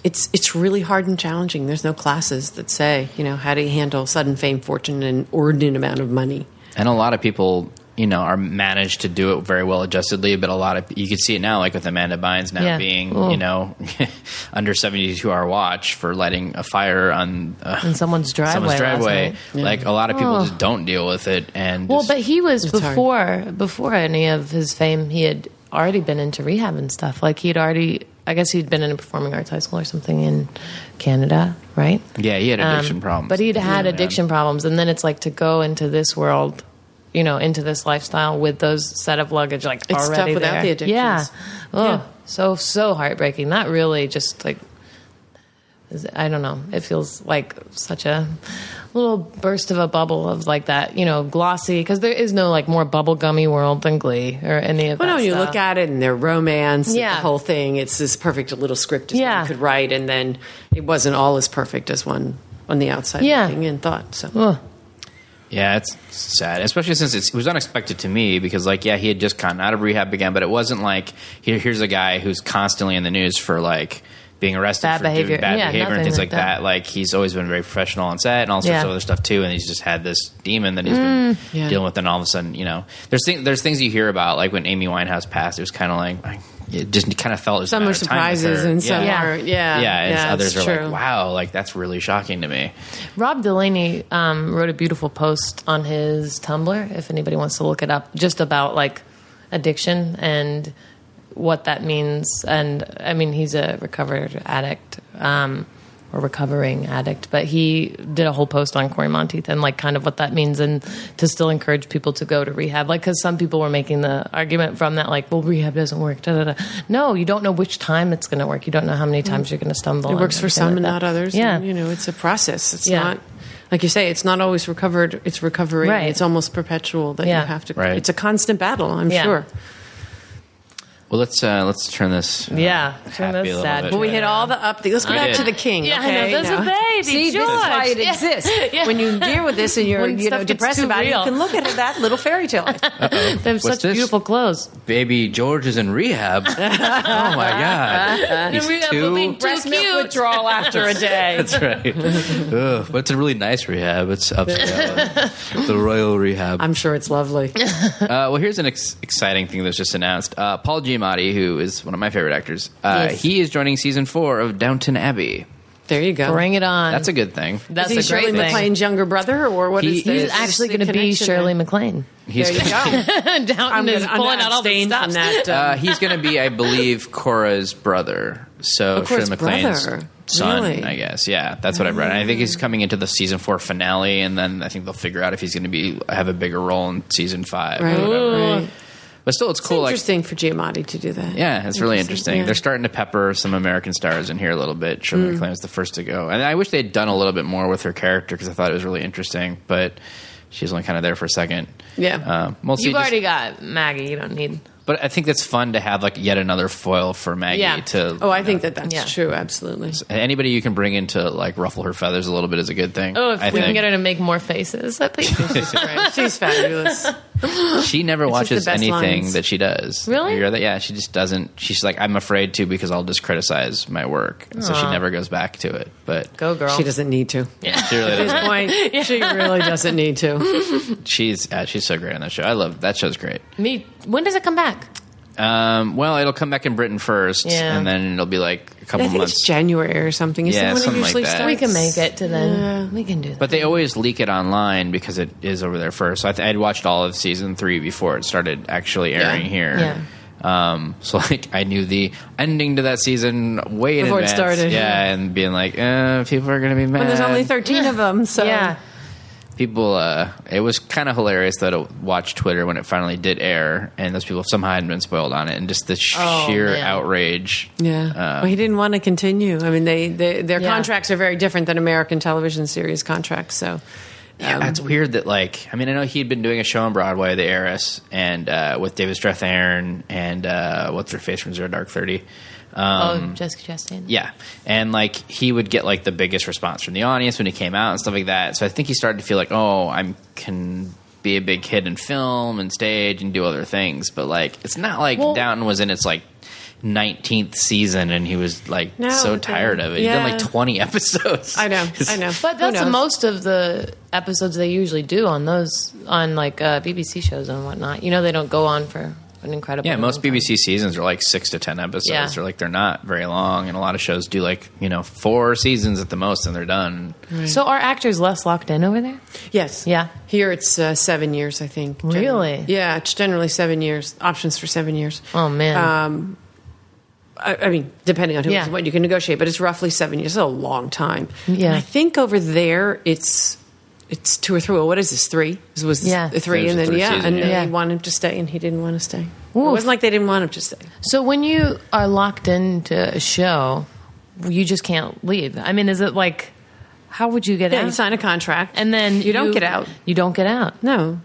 it's it's really hard and challenging. There's no classes that say, you know, how do you handle sudden fame, fortune, and ordinate amount of money.
And a lot of people, you know, are managed to do it very well adjustedly, but a lot of you can see it now, like with Amanda Bynes now
Yeah.
being,
Ooh.
you know, under 72 hour watch for lighting a fire on uh,
in someone's driveway
someone's
last
driveway.
night.
Like a lot of people
Oh.
just don't deal with it. And
Well,
just-
but he was
hard.
before before any of his fame. He had already been into rehab and stuff. Like he'd already, I guess he'd been in a performing arts high school or something in Canada, right?
yeah, he had
Um,
addiction problems.
But he'd had
Yeah, man.
addiction problems, and then it's like to go into this world, you know, into this lifestyle with those set of luggage, like
It's tough
already
without
there.
the addictions.
Yeah. Oh,
Yeah.
so so heartbreaking. That really just like. is- I don't know. It feels like such a little burst of a bubble of like that, you know, glossy because there is no like more bubblegummy world than Glee or any of
Well,
that.
no, when you
stuff.
look at it and their romance, and
Yeah.
the whole thing, it's this perfect little script as
Yeah.
one could write, and then it wasn't all as perfect as one on the outside
Yeah.
looking in thought. So
Ugh.
Yeah, it's sad, especially since it's, it was unexpected to me because, like, yeah, he had just gotten out of rehab again, but it wasn't like here, here's a guy who's constantly in the news for like being arrested
Bad
for
behavior.
doing bad
Yeah,
behavior
nothing
and things
like
like that.
that.
Like, he's always been very professional on set and all sorts
Yeah. Mm.
of other stuff too, and he's just had this demon that he's been
yeah.
dealing with. And all of a sudden, you know, there's things there's things you hear about, like when Amy Winehouse passed, it was kind of like. I, it just kind of felt it was
some
a
are
matter of time with
surprises
her.
and some
Yeah.
are, yeah.
yeah, and others
it's
are
true.
like, wow, like that's really shocking to me.
Rob Delaney um, wrote a beautiful post on his Tumblr, if anybody wants to look it up, just about like addiction and what that means. And I mean, he's a recovered addict um, or recovering addict, but he did a whole post on Corey Monteith and like kind of what that means and to still encourage people to go to rehab. Like, because some people were making the argument from that, like, well, rehab doesn't work. Da, da, da. No, you don't know which time it's going to work. You don't know how many times you're going to stumble.
Mm. It
and
works for
everything
some
like
and
that.
not others.
Yeah.
and, you know, it's a process. It's
Yeah.
not like you say. It's not always recovered. It's recovery.
Right.
It's almost perpetual that
Yeah.
you have to.
Right.
It's a constant battle. I'm
Yeah.
sure.
Well, let's uh, let's turn this. uh,
Yeah, turn
happy
this
little
sad
bit.
Well,
We hit all the up. Let's go back
did.
to the king.
Yeah, I know.
okay?
There's a baby,
See, this is why
George.
it
Yeah.
exists. When you deal with this and you're
When
you know
stuff gets
depressed
too
about
real.
it, you can look at that little fairy tale.
They have
What's
such
this?
beautiful clothes.
baby George is in rehab. oh my god, he's
rehab will be
two.
too cute.
withdrawal after a day.
That's right. Ugh, but it's a really nice rehab. It's upscale, the royal rehab.
I'm sure it's lovely.
Uh, well, here's an ex- exciting thing that's just announced. Uh, Paul Giamatti, who is one of my favorite actors, uh,
Yes.
he is joining season four of Downton Abbey.
There you go.
Bring it on.
That's a good thing.
That's
is
a
he
great
Shirley
thing.
MacLaine's younger brother, or what
He
is
is.
this?
He's actually going to be
Connection
Shirley
there.
MacLaine.
He's
There you go.
Downton is
gonna-
pulling out all the
abstain
stops.
from that. uh,
Uh, he's going to be, I believe, Cora's brother. So
Oh, Cora's
Shirley MacLaine's
brother.
son,
Really? Mm.
I guess. Yeah, that's what I read. And I think he's coming into the season four finale, and then I think they'll figure out if he's going to be have a bigger role in season five. or
uh, Right,
whatever.
right.
But still, it's
It's
cool. Like,
interesting for Giamatti to do that.
yeah, it's really interesting.
yeah. Mm.
They're starting to pepper some American stars in here a little bit. Shirley MacLaine was the first to go, and I wish they'd done a little bit more with her character because I thought it was really interesting. But she's only kind of there for a second.
Yeah.
um, we'll see.
You've
Just-
already got Maggie. You don't need.
But I think that's fun to have like yet another foil for Maggie
Yeah.
to.
Oh, I think that that's
Yeah.
true. Absolutely.
Anybody you can bring in to like ruffle her feathers a little bit is a good thing.
Oh, if
I
we can
think.
get her to make more faces, that please.
Right. She's fabulous.
she never
just the
watches
best
anything
lines.
that she does.
Really?
You hear that? Yeah, she just doesn't. She's like, I'm afraid to because I'll just criticize my work, and so she
Aw.
never goes back to it. But
Go, girl.
She doesn't need to.
she really
At this
doesn't.
point, she really doesn't need to.
She's uh, she's so great on that show. I love that show's great.
Me. When does it come back?
Um, well, it'll come back in Britain first,
Yeah.
and then it'll be like a couple
I think
months.
it's January or something. Is
Yeah,
that when
something
it
like
usually
that.
starts?
We can make it to then. We can do that.
But they always leak it online because it is over there first. So I th- I'd watched all of season three before it started actually airing here. Um, so like I knew the ending to that season way in
Before it
advance.
started.
Yeah, and being like, eh, people are gonna be mad.
When there's only 13 of them, so
yeah.
people. Uh, it was kind of hilarious that it watched Twitter when it finally did air, and those people somehow hadn't been spoiled on it, and just the
Oh,
sheer
man.
outrage.
Yeah.
Uh,
well, he didn't want to continue. I mean, they, they their
Yeah.
contracts are very different than American television series contracts. So, Um,
Yeah, that's weird that like I mean I know he'd been doing a show on Broadway, The Heiress, and uh, with David Strathairn and uh, what's her face from Zero Dark Thirty. um,
oh, Jessica Chastain.
Yeah, and like he would get like the biggest response from the audience when he came out and stuff like that. So I think he started to feel like oh I can be a big hit in film and stage and do other things, but like it's not like
Well-
Downton was in its like. 19th season and he was like
No,
so
but then-
tired of it. He'd done
yeah.
like 20 episodes.
I know, I know.
But
Who
that's
knows?
most of the episodes they usually do on those on like uh, BBC shows and whatnot. You know, they don't go on for an incredible.
Yeah, most
amount of time.
BBC seasons are like six to ten episodes.
Yeah.
They're like they're not very long, and a lot of shows do like you know four seasons at the most, and they're done.
So are actors less locked in over there?
yes.
Yeah.
Here it's uh, seven years, I think. generally.
Really?
Yeah, it's generally seven years. Options for seven years.
Oh man.
Um, I, I mean, depending on who
Yeah.
and what you can negotiate, but it's roughly seven years. It's a long time.
Yeah.
And I think over there it's it's two or three. Well, what is this? Three? It was this
Yeah.
three,
There's
and
a
then
third
yeah,
season,
and then
yeah.
he wanted him to stay, and he didn't want to stay. It
Oof.
wasn't like they didn't want him to stay.
so when you are locked into a show, you just can't leave. I mean, is it like how would you get
Yeah,
out?
you sign a contract,
and then
you don't get out.
You don't get out.
No.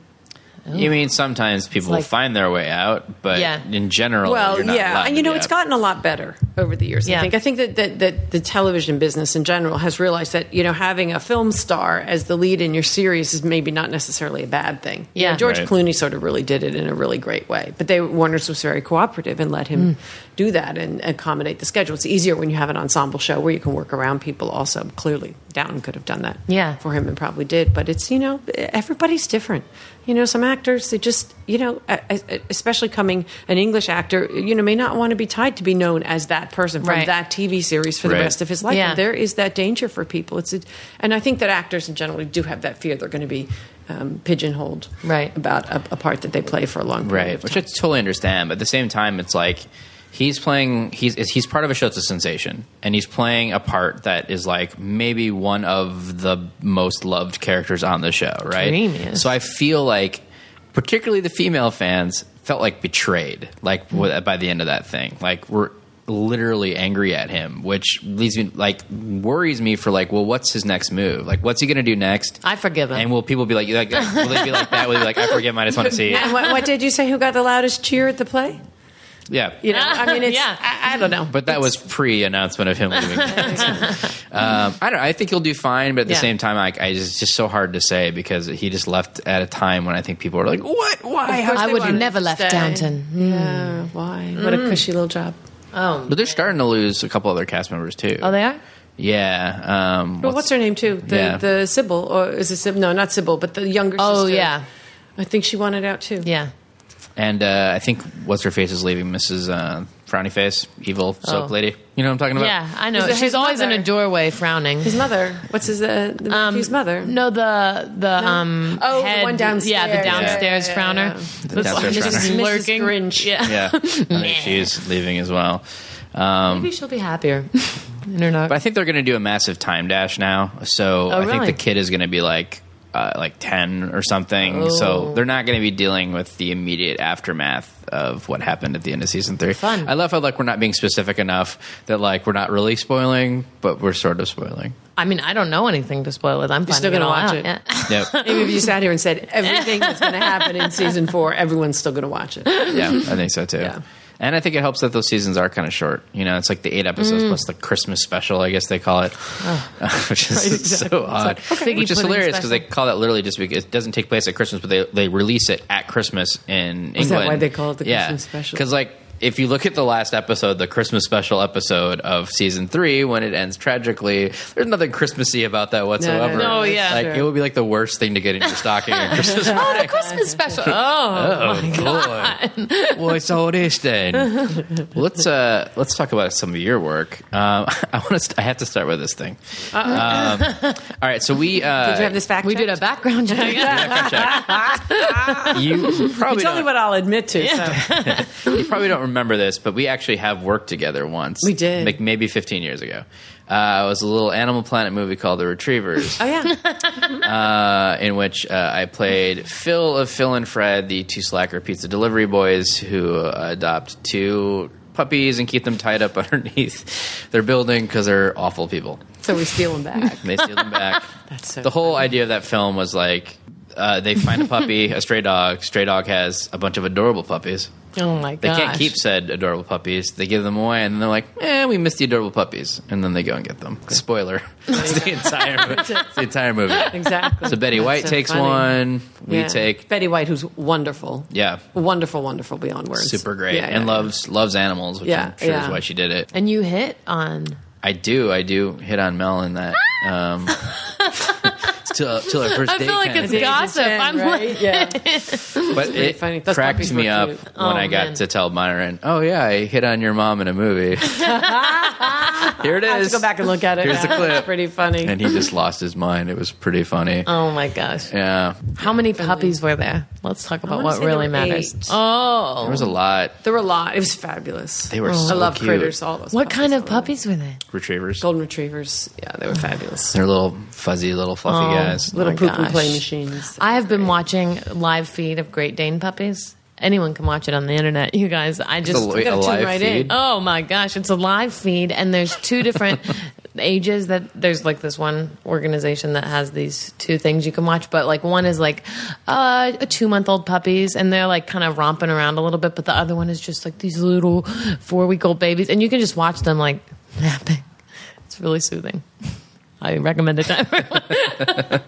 You mean sometimes people
like-
find their way out, but
Yeah.
in general,
Well,
you're not
yeah,
allowed
and
to
you know
be
it's
out.
gotten a lot better over the years.
Yeah.
I think I think that, that that the television business in general has realized that you know having a film star as the lead in your series is maybe not necessarily a bad thing. You
Yeah.
know, George
Right.
Clooney sort of really did it in a really great way, but they Warner's was very cooperative and let
Mm.
him do that and accommodate the schedule. It's easier when you have an ensemble show where you can work around people. Also, clearly Downton could have done that
Yeah.
for him and probably did. But it's you know everybody's different. You know some actors they just you know I- I- especially coming an English actor you know may not want to be tied to be known as that person from
Right.
that TV series for
Right.
the rest of his life.
Yeah.
And there is that danger for people. It's a, and I think that actors in general do have that fear they're going to be um, pigeonholed
Right.
about a, a part that they play for a long period
right,
of
which
time.
I totally understand. But at the same time, it's like he's playing he's he's part of a show that's a sensation, and he's playing a part that is like maybe one of the most loved characters on the show, right?
Dreamiest.
So I feel like, particularly the female fans, felt like betrayed,
Mm.
like w- by the end of that thing, like we're literally angry at him which leads me like worries me for like well what's his next move like what's he gonna do next
I forgive him.
and will people be like, like will they be like that will they be like i forgive him i just want to see it
and what, what did you say? Who got the loudest cheer at the play?
yeah
You know, I mean, it's,
Yeah.
I, I don't know.
But that was pre-announcement of him leaving. um, I don't. know. I think he'll do fine, but at the
Yeah.
same time, I, I it's just so hard to say because he just left at a time when I think people are like, "What? Why?" How?
I
they
would have
wanted
never
to
left
stay.
Downton.
Uh,
Mm.
Yeah, why? What a cushy little job.
Oh,
But they're starting to lose a couple other cast members too.
oh, they are.
Yeah. Um,
Well, what's her name too? The
Yeah.
the Sybil or is it Sybil? No, not Sybil, but the younger
Oh,
sister.
yeah.
I think she wanted out too.
Yeah.
and uh, I think what's her face is leaving. Mrs. Uh, Frowny Face, evil soap
Oh.
lady. You know what I'm talking about?
Yeah, I
Is
know.
it his
She's always in
mother?
a doorway frowning.
His mother. What's his uh, the, his mother?
Um, No, the the um
Oh, the
head-
one downstairs.
Yeah, the downstairs
Yeah, yeah,
frowner.
yeah,
The downstairs
Mrs.
frowner.
Lurking.
Mrs. Grinch.
Yeah.
Yeah. I think she's leaving as well. Um,
Maybe she'll be happier. in her not.
But I think they're going to do a massive time dash now. So I think
Oh, really?
the kid is going to be like uh, like 10 or something.
Oh.
So they're not going to be dealing with the immediate aftermath of what happened at the end of season three.
Fun.
I love how like we're not being specific enough that like we're not really spoiling, but we're sort of spoiling.
I mean, I don't know anything to spoil it. I'm
still
going to
gonna watch it.
Yep.
Maybe if you sat here and said everything that's going to happen in season four, everyone's still going to watch it.
yeah, I think so too.
Yeah.
And I think it helps that those seasons are kind of short. You know, it's like the eight
Mm.
episodes plus the Christmas special, I guess they call it,
Ah.
which is so odd.
okay.
Which is
Figgy pudding
hilarious because
special.
they call that literally just because it doesn't take place at Christmas, but they they release it at Christmas in England.
that why they call it the Christmas special?
Because like. If you look at the last episode, the Christmas special episode of season three, when it ends tragically, there's nothing Christmassy about that whatsoever.
no, Oh,
No, yeah.
like
sure.
it would be like the worst thing to get in your stocking at Christmas.
Oh, the Christmas special. Oh,
Oh boy! well, it's all this then. Well, let's uh, let's talk about some of your work. Um, I want to. St- I have to start with this thing. Um, all right. So we. Uh,
Did you have this fact?
we did a background check.
check. You probably
It's only
don't,
what I'll admit to. So.
you probably don't remember this, but we actually have worked together once.
We did.
like maybe 15 years ago. Uh, it was a little Animal Planet movie called The Retrievers.
Oh yeah,
uh, in which uh, I played Phil of Phil and Fred, the two slacker pizza delivery boys who uh, adopt two puppies and keep them tied up underneath their building because they're awful people.
so we steal them back.
And they steal them back.
That's so
the whole idea of that film was like uh, they find a puppy, a stray dog. Stray dog has a bunch of adorable puppies.
Oh my
They
gosh.
can't keep said adorable puppies. They give them away, and they're like, "Eh, we missed the adorable puppies," and then they go and get them. Spoiler: it's the entire it's the entire movie.
Exactly.
So Betty White
That's so
takes
funny.
one. We
Yeah.
take
Betty White, who's wonderful.
yeah,
Wonderful, wonderful beyond words.
super great,
Yeah, yeah,
and
yeah.
loves loves animals, which
Yeah,
I'm sure
yeah.
is why she did it.
And you hit on.
I do, I do hit on Mel in that. Um, till till her first
I
date.
feel like
kind of
it's
thing.
gossip. I'm like,
yeah.
but it
funny. Those
cracked
puppies
me
were
up when
cute.
I
Oh,
got
man.
to tell Myron, "Oh yeah, I hit on your mom in a movie." Here it is.
I have to go back and look at it.
Here's
yeah.
the clip.
It's pretty funny.
and he just lost his mind. It was pretty funny.
oh my gosh.
Yeah,
How many puppies were there? Let's talk about
wanna
what
say
really
there were
matters.
eight.
Oh.
there was a lot.
there were a lot. It was fabulous.
They were
I
so
love
cute.
critters. All those.
What kind of
puppies. I love
puppies were there?
Retrievers.
Golden retrievers. Yeah, they were fabulous.
They're little fuzzy, little fluffy
Oh,
guys.
Little
my
poop and play
gosh.
machines.
I have been watching live feed of Great Dane puppies. Anyone can watch it on the internet, you guys. I
It's
just
a, wait,
gotta
a
tune
live
right
feed.
in.
Oh my gosh, it's a live feed, and there's two different ages that there's like this one organization that has these two things you can watch, but like one is like uh, a two month old puppies, and they're like kind of romping around a little bit, but the other one is just like these little four week old babies, and you can just watch them like napping. It's really soothing. I recommend it to everyone.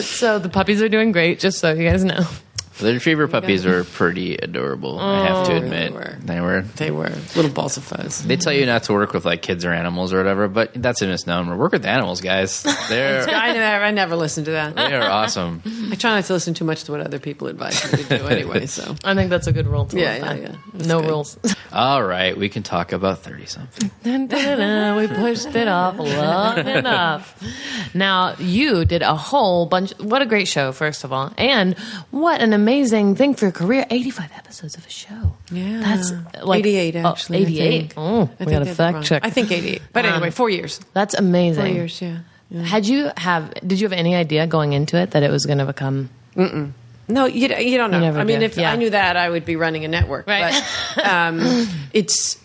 so the puppies are doing great, just so you guys know.
The retriever puppies were pretty adorable. I have to
Oh,
admit,
they were.
they were.
They were little balls of fuzz.
They tell you not to work with like kids or animals or whatever, but that's a misnomer. Work with animals, guys. They're
I never, I never listened to that.
they are awesome.
I try not to listen too much to what other people advise me to do anyway. So
I think that's a good rule to
Yeah,
live
yeah,
by.
yeah. That's
No
good.
rules.
All right, we can talk about thirty something.
Dun, dun, dun, dun. we pushed it off long enough. Now you did a whole bunch. What a great show, first of all, and what an amazing thing for your career. Eighty-five episodes of a show.
Yeah.
that's like
88
oh,
actually, I
Eighty-eight.
think.
Oh,
I
we
think
got a
I did
fact
wrong.
check.
I think eighty. But
Um,
anyway, four years.
that's amazing.
Four years. Yeah. yeah.
Had you have? Did you have any idea going into it that it was going to become?
No, you, you don't know.
never
I mean,
do.
if
Yeah.
I knew that, I would be running a network.
Right.
But um, it's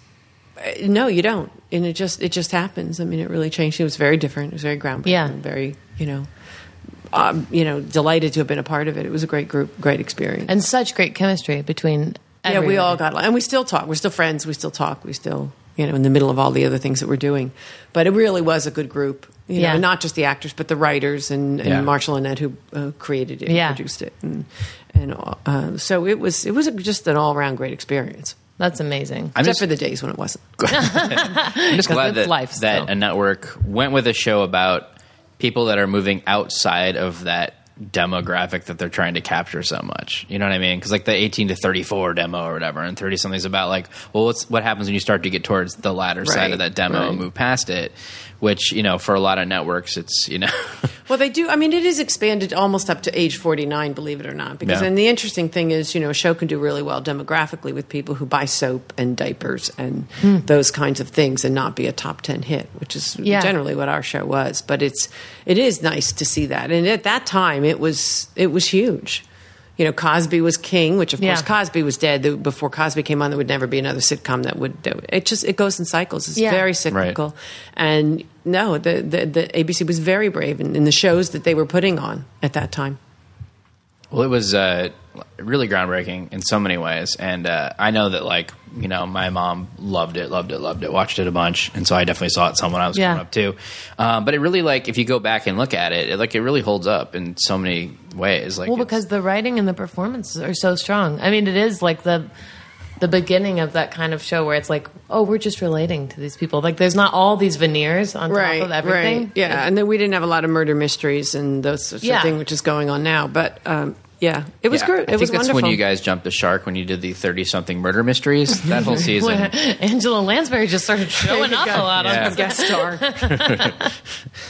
uh, no, you don't, and it just it just happens. I mean, it really changed. It was very different. It was very groundbreaking.
Yeah.
Very, you know, um, you know, delighted to have been a part of it. It was a great group, great experience.
And such great chemistry between.
yeah, we
everyone.
all got along, and we still talk. We're still friends. We still talk. We still, you know, in the middle of all the other things that we're doing. But it really was a good group.
Yeah.
You know, and not just the actors, but the writers and, and
Yeah.
Marshall Annette who uh, created it, and
Yeah.
produced it, and and uh, so it was. It was just an all around great experience,
That's amazing.
I'm
except
just
for the days when it wasn't.
I'm just glad
it's
that,
life
that
still.
a network went with a show about people that are moving outside of that demographic that they're trying to capture so much. You know what I mean? Because like the 18 to 34 demo or whatever, and 30 something's about like, well, what's, what happens when you start to get towards the latter side of
Right,
that demo and
right.
move past it? Which you know, for a lot of networks, it's you know,
Well, they do. I mean, it is expanded almost up to age 49, believe it or not. Because,
Yeah.
and the interesting thing is, you know, a show can do really well demographically with people who buy soap and diapers and
Hmm.
those kinds of things and not be a top 10 hit, which is
Yeah.
generally what our show was. But it's, it is nice to see that. And at that time, it was it was huge. You know, Cosby was king, which of
Yeah.
course Cosby was dead. The- Before Cosby came on, there would never be another sitcom that would. That would- it just it goes in cycles. It's
Yeah.
very cyclical. And no, the, the the ABC was very brave in, in the shows that they were putting on at that time.
Well, it was uh, really groundbreaking in so many ways, and uh, I know that like you know my mom loved it, loved it, loved it, watched it a bunch, and so I definitely saw it some when I was
Yeah.
growing up too. Um, but it really like if you go back and look at it, it, like it really holds up in so many ways. Like
Well,
it's-
because the writing and the performances are so strong. I mean, it is like the the beginning of that kind of show where it's like, oh, we're just relating to these people. Like, there's not all these veneers on top of everything.
Right. Yeah, and then we didn't have a lot of murder mysteries and those sorts
Yeah.
of thing, which is going on now. But um, yeah, it was
Yeah,
great. It
I think
was
that's
wonderful.
when you guys jumped the shark when you did the thirty-something murder mysteries that whole season.
Angela Lansbury just started showing up a lot
Yeah.
on this guest star.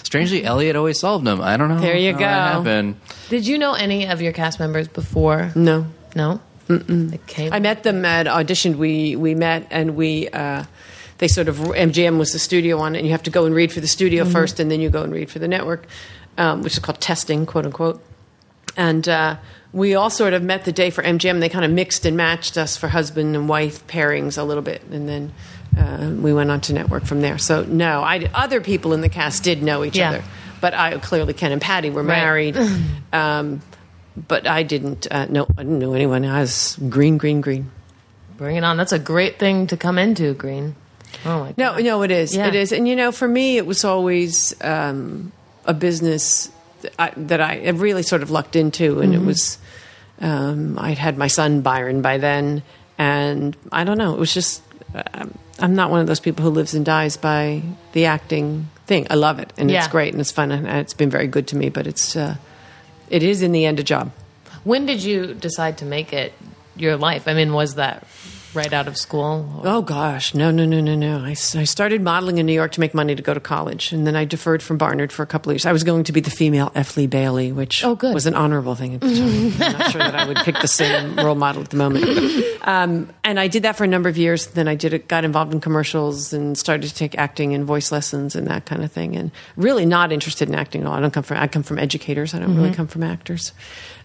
Strangely, Elliot always solved them. I don't know.
There you
how
go.
That happened.
Did you know any of your cast members before?
no,
No. Mm-mm. It came.
I met them at audition. We we met and we. Uh, they sort of MGM was the studio on it, and you have to go and read for the studio first, and then you go and read for the network, um, which is called testing, quote unquote. And uh, we all sort of met the day for MGM. They kind of mixed and matched us for husband and wife pairings a little bit, and then uh, we went on to network from there. So no, I other people in the cast did know each
Yeah.
other, but I clearly Ken and Patty were
Right.
married. um, but I didn't uh, know I didn't know anyone. I was green, green, green.
Bring it on. That's a great thing to come into, Green. Oh my god.
No, no, it is.
Yeah.
It is. And you know, for me, it was always um, a business that I, that I really sort of lucked into, and
Mm-hmm.
it was um, I'd had my son Byron by then, and I don't know. It was just um, I'm not one of those people who lives and dies by the acting thing. I love it, and
Yeah.
it's great, and it's fun, and it's been very good to me. But it's uh, it is in the end a job.
When did you decide to make it your life? I mean, was that right out of school? Or-
Oh gosh, no, no, no, no, no. I, s- I started modeling in New York to make money to go to college, and then I deferred from Barnard for a couple of years. I was going to be the female F. Lee Bailey, which
Oh, good.
was an honorable thing at the time. I'm not sure that I would pick the same role model at the moment. Um, and I did that for a number of years. Then I did it, got involved in commercials and started to take acting and voice lessons and that kind of thing. And really not interested in acting at all. I don't come from I come from educators. I don't really come from actors.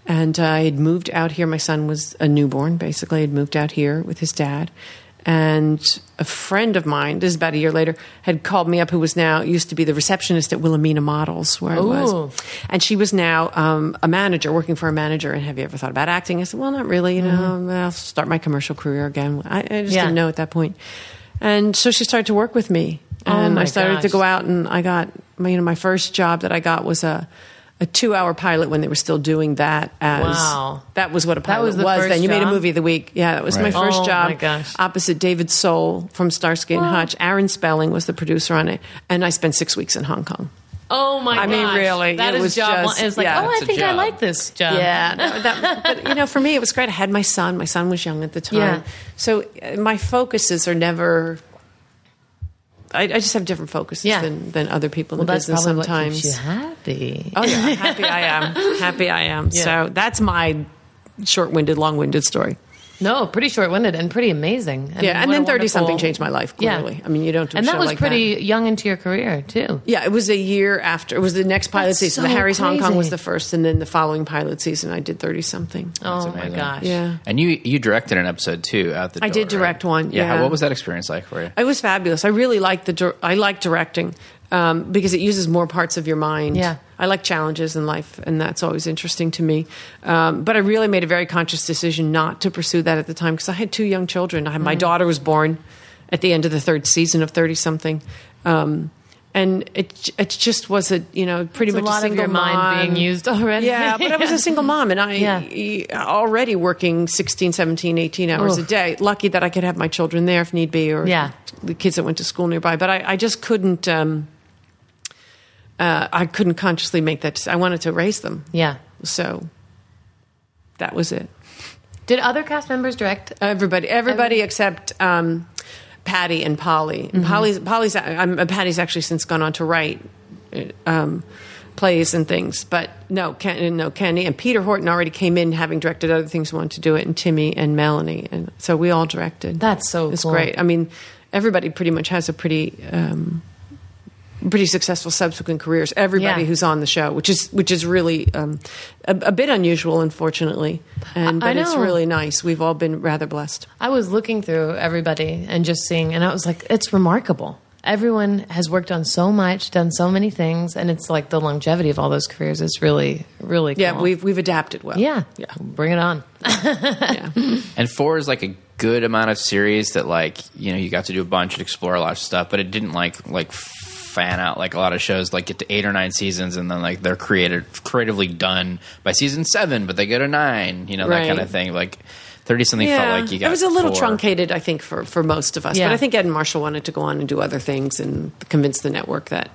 And uh, I had moved out here. My son was a newborn, basically. I had moved out here with his dad and a friend of mine this is about a year later had called me up who was now used to be the receptionist at wilhelmina models where i
Ooh.
was and she was now um, a manager working for a manager and have you ever thought about acting i said well not really you know i'll start my commercial career again i, I just
Mm-hmm. Yeah.
didn't know at that point and so she started to work with me and
Oh my
i started to
gosh.
go out and i got my, you know my first job that i got was a a two hour pilot when they were still doing that as
Wow.
that was what a
That
pilot
was the first
then you made a
job?
movie of the week yeah that was my
Right.
first
Oh,
job
my gosh.
opposite David Soul from Starsky and Hutch. Aaron Spelling was the producer on it, and I spent six weeks in Hong Kong.
Oh my
I mean,
gosh.
really,
that
it
is
was
job
just-
one. It's like,
yeah.
oh,
It's
I
a
think I
job.
like this job.
no, that, but you know, for me, it was great. I had my son. My son was young at the time,
Yeah.
so uh, my focuses are never. I, I just have different focuses
Yeah.
than, than other people in
Well,
the
that's
business
probably what
sometimes.
keeps you happy.
Oh yeah, happy I am. Happy I am.
Yeah.
So that's my short-winded, long-winded story.
No, pretty short-winded and pretty amazing. I mean,
yeah, and
what
then
a
thirty something
wonderful-
changed my life.
Yeah.
Clearly, I mean, you don't. Do a
And that
show
was
like
pretty young into your career too.
Yeah, it was a year after. It was the next pilot
That's
season.
so
the Harry's Hong Kong
crazy.
was the first, and then the following pilot season, I did thirty something.
That's
oh my
amazing.
gosh.
Yeah.
And you you directed an episode too out the
I
door,
did direct
right?
one,
Yeah. How,
yeah.
what was that experience like for you?
It was fabulous. I really like the. dir- I like directing um, because it uses more parts of your mind.
Yeah.
I like challenges in life, and that's always interesting to me. Um, but I really made a very conscious decision not to pursue that at the time because I had two young children. I,
Mm-hmm.
My daughter was born at the end of the third season of thirty something. Um, and it it just was a you know pretty
It's a
much
lot of
single
your mind
mom.
being used already.
Yeah, but I was a single mom and I
Yeah.
already working 16, 17, 18 hours a
Oof.
day. Lucky that I could have my children there if need be or
Yeah.
the kids that went to school nearby. But I, I just couldn't. Um, uh, I couldn't consciously make that. dec- I wanted to raise them,
Yeah.
so that was it.
Did other cast members direct?
Everybody, everybody except um, Patty and Polly. And Polly's, Polly's, I'm, uh, Patty's actually since gone on to write uh, um, plays and things. But no, Ken, uh, no, Kenny and Peter Horton already came in having directed other things, wanted to do it, and Timmy and Melanie, and so we all directed.
That's so
it's
cool.
great. I mean, everybody pretty much has a pretty. Um, pretty successful subsequent careers. Everybody
Yeah.
who's on the show, which is which is really um, a, a bit unusual, unfortunately, and but
I- I
it's
know.
really nice. We've all been rather blessed.
I was looking through everybody and just seeing, and I was like, it's remarkable. Everyone has worked on so much, done so many things, and it's like the longevity of all those careers is really, really cool.
Yeah, we've we've adapted well.
yeah,
yeah,
Bring it on.
yeah.
And four is like a good amount of series that like you know you got to do a bunch and explore a lot of stuff, but it didn't like like fan out like a lot of shows like get to eight or nine seasons and then like they're created creatively done by season seven, but they go to nine, you know that
Right.
kind of thing. Like thirty something felt like you got.
it was a little
four.
truncated, I think, for, for most of us.
Yeah.
But I think Ed and Marshall wanted to go on and do other things and convince the network that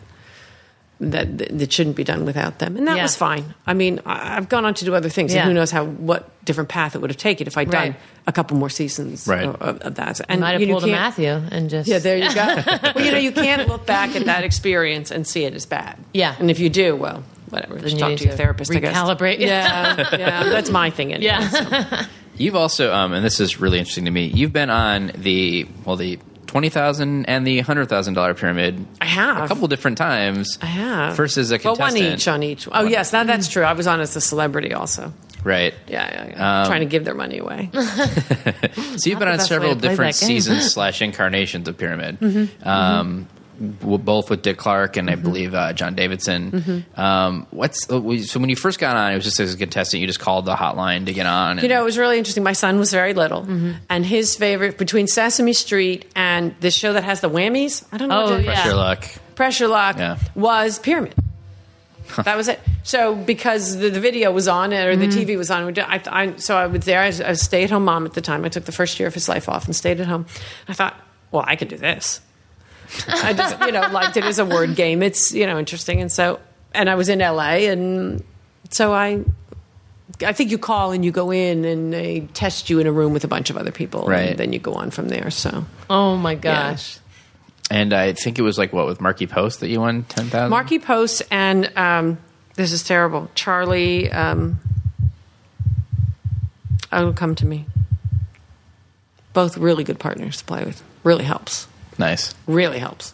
that that it shouldn't be done without them, and that
Yeah.
was fine. I mean, I- I've gone on to do other things,
Yeah.
and who knows how what different path it would have taken if I'd
Right.
done a couple more seasons
Right.
of, of- of that. And
Might have
you know,
pulled a
can't-
Matthew and just
Yeah, there you go. well, you know, you can't look back at that experience and see it as bad.
Yeah.
and if you do, well, whatever. Just
you
talk
need
to your
to
therapist. I guess.
recalibrate.
Yeah, yeah, that's my thing. Anyway,
Yeah.
so.
You've also, um, and this is really interesting to me. You've been on the well, the twenty thousand and the hundred thousand dollar pyramid.
I have.
a couple different times.
I have.
First as a contestant,
Well, one each on each. Oh, yes, now
Mm-hmm.
that's true. I was on as a celebrity also.
right?
Yeah, yeah, yeah.
Um,
trying to give their money away.
So you've been
the
on
best
several
way to play
different
that game. Mm-hmm.
seasons slash incarnations of Pyramid, um, w- both with Dick Clark and I believe uh, John Davidson.
Mm-hmm.
Um, what's uh, we- so when you first got on, it was just as a contestant. You just called the hotline to get on. And,
You know, it was really interesting. My son was very little,
Mm-hmm.
and his favorite between Sesame Street and this show that has the whammies. I don't know.
Oh,
what to-
yeah.
pressure luck.
Pressure Lock
Yeah.
was Pyramid. that was it. So because the, the video was on it or the
Mm-hmm.
TV was on, we did- I, I, so I was there. I was, I was a stay-at-home mom at the time. I took the first year of his life off and stayed at home. I thought, well, I could do this. I just, you know, liked it as a word game. It's, you know, interesting. And so, and I was in LA, and so I, I think you call and you go in and they test you in a room with a bunch of other people,
Right.
And then you go on from there. So
Oh my gosh.
And I think it was like what with Marky Post that you won ten thousand.
Marky Post and um, this is terrible. Charlie, um, oh, come to me. Both really good partners to play with. Really helps.
nice.
Really helps.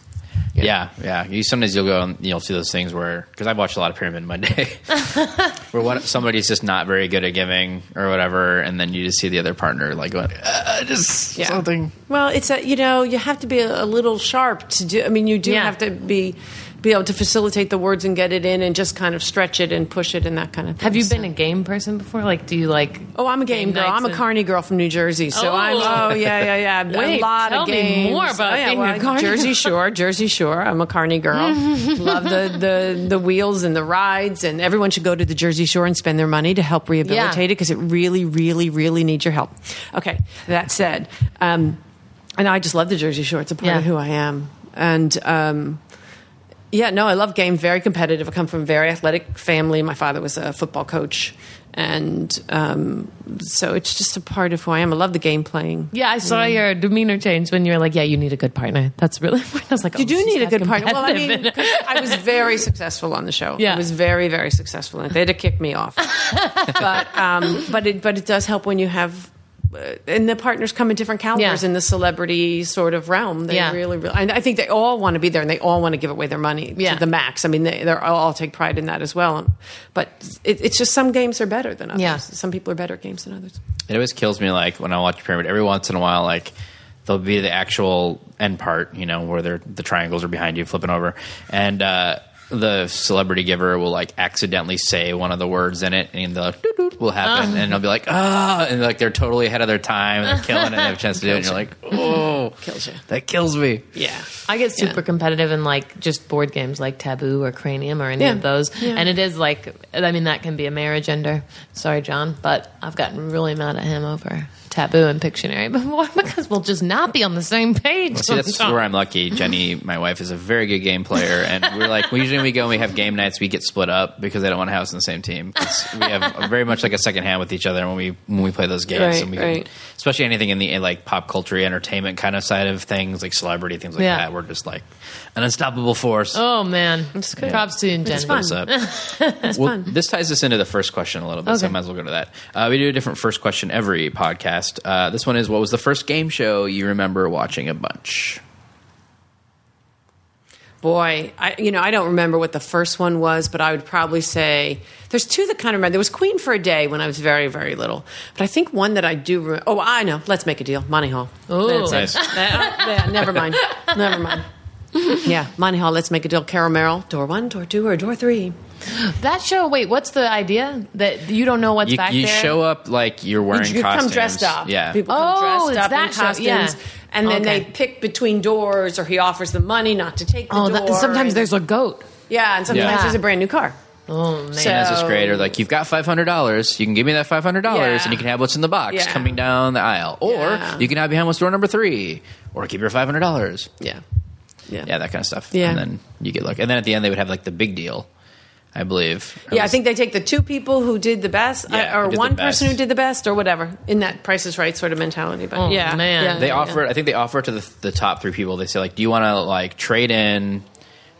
Yeah, yeah. You, sometimes you'll go and you'll see those things where because I've watched a lot of Pyramid Monday, where one, somebody's just not very good at giving or whatever, and then you just see the other partner like going, uh, just
Yeah.
something.
Well, it's a you know you have to be a, a little sharp to do. I mean, you do
Yeah.
have to be be able to facilitate the words and get it in and just kind of stretch it and push it and that kind of thing.
Have you
So-
been a game person before? Like, do you like?
Oh, I'm a game,
Game
girl. I'm
nights
a
and-
carny girl from New Jersey. So I'm.
Oh.
Oh yeah, yeah, yeah. I've-
Wait,
a lot
tell
of
me
games.
more about
oh, yeah,
being a Carney
Jersey
girl.
Shore, Jersey Shore. I'm a carny girl. Love the, the the wheels and the rides, and everyone should go to the Jersey Shore and spend their money to help rehabilitate
Yeah.
it because it really, really, really needs your help. Okay, that said, um, and I just love the Jersey Shore. It's a part of
Yeah.
who I am, and. Um, yeah, no, I love game. Very competitive. I come from a very athletic family. My father was a football coach, and um, so it's just a part of who I am. I love the game playing.
Yeah, I saw your demeanor change when you were like, "Yeah, you need a good partner." That's really. important. I was like,
You
oh,
do
she's
need a
not
good partner. Well, I
competitive.
mean, 'cause I was very successful on the show.
Yeah.
I was very, very successful, and they had to kick me off. but um, but it but it does help when you have. uh, And the partners come in different calibers
Yeah.
in the celebrity sort of realm. They
Yeah.
really, really, and I think they all want to be there, and they all want to give away their money
Yeah.
to the max. I mean, they they're all take pride in that as well. But it, it's just some games are better than others.
Yeah.
Some people are better at games than others.
It always kills me, like when I watch Pyramid. Every once in a while, like there'll be the actual end part, you know, where they're, the triangles are behind you, flipping over, and uh, the celebrity giver will like accidentally say one of the words in it, and the doot-doot will happen, and they'll be like, ah, and like they're totally ahead of their time, and they're killing it, and they have a chance to do it, and you're like, oh,
Kills you.
that kills me.
Yeah.
I get super competitive in like just board games like Taboo or Cranium or any
Yeah.
of those.
Yeah.
And it is like, I mean, that can be a marriage ender. Sorry, John, but I've gotten really mad at him over Taboo and Pictionary before because we'll just not be on the same page.
See, that's
sometimes.
where I'm lucky. Jenny, my wife, is a very good game player, and we're like, we usually when we go and we have game nights, we get split up because I don't want to have us in the same team. 'Cause We have very much like a second hand with each other when we when we play those games,
Right,
and we
right.
especially anything in the eh, like pop culture, entertainment kind of side of things, like celebrity things like
Yeah.
that. We're just like an unstoppable force.
Oh, man.
good.
Props to you and
It's
Jen.
fun.
What's up? well, this ties us into the first question a little bit, so I
Okay.
might as well go to that. Uh, we do a different first question every podcast. Uh, this one is: What was the first game show you remember watching a bunch?
Boy, I you know I don't remember what the first one was, but I would probably say there's two that kind of remember. There was Queen for a Day when I was very very little, but I think one that I do. Re- oh, I know. Let's make a deal. Monty Hall.
Ooh.
That's it.
Nice.
That- yeah, never mind. Never mind. Yeah, Monty Hall. Let's make a deal. Carol Merrill. Door one, door two, or door three.
That show. Wait, what's the idea that you don't know what's
You,
back
you
there?
show up like you're wearing
you
costumes.
come dressed up.
Yeah.
People come
Oh,
dressed
it's
up in
that show,
costumes.
yeah.
And then
Okay.
they pick between doors, or he offers them money not to take the
Oh,
door.
that, and sometimes
and-
there's a goat.
yeah, and sometimes
Yeah.
there's a brand new car.
Oh man.
So-
Finance is great, or like you've got five hundred dollars, you can give me that five hundred dollars,
Yeah.
and you can have what's in the box
Yeah.
coming down the aisle, or
Yeah.
you can have behind what's door number three, or keep your five hundred dollars.
Yeah, yeah,
Yeah, that kind of stuff.
Yeah.
and then you get lucky, and then at the end they would have like the big deal, I believe. Or
Yeah, I
was-
think they take the two people who did the best, uh,
Yeah, who
or
did the
one person
best.
who did the best, or whatever, in that Price is Right sort of mentality. But
Oh,
yeah,
man.
yeah,
they
yeah,
offer it. I think they offer it to the, the top three people. They say like, do you want to like trade in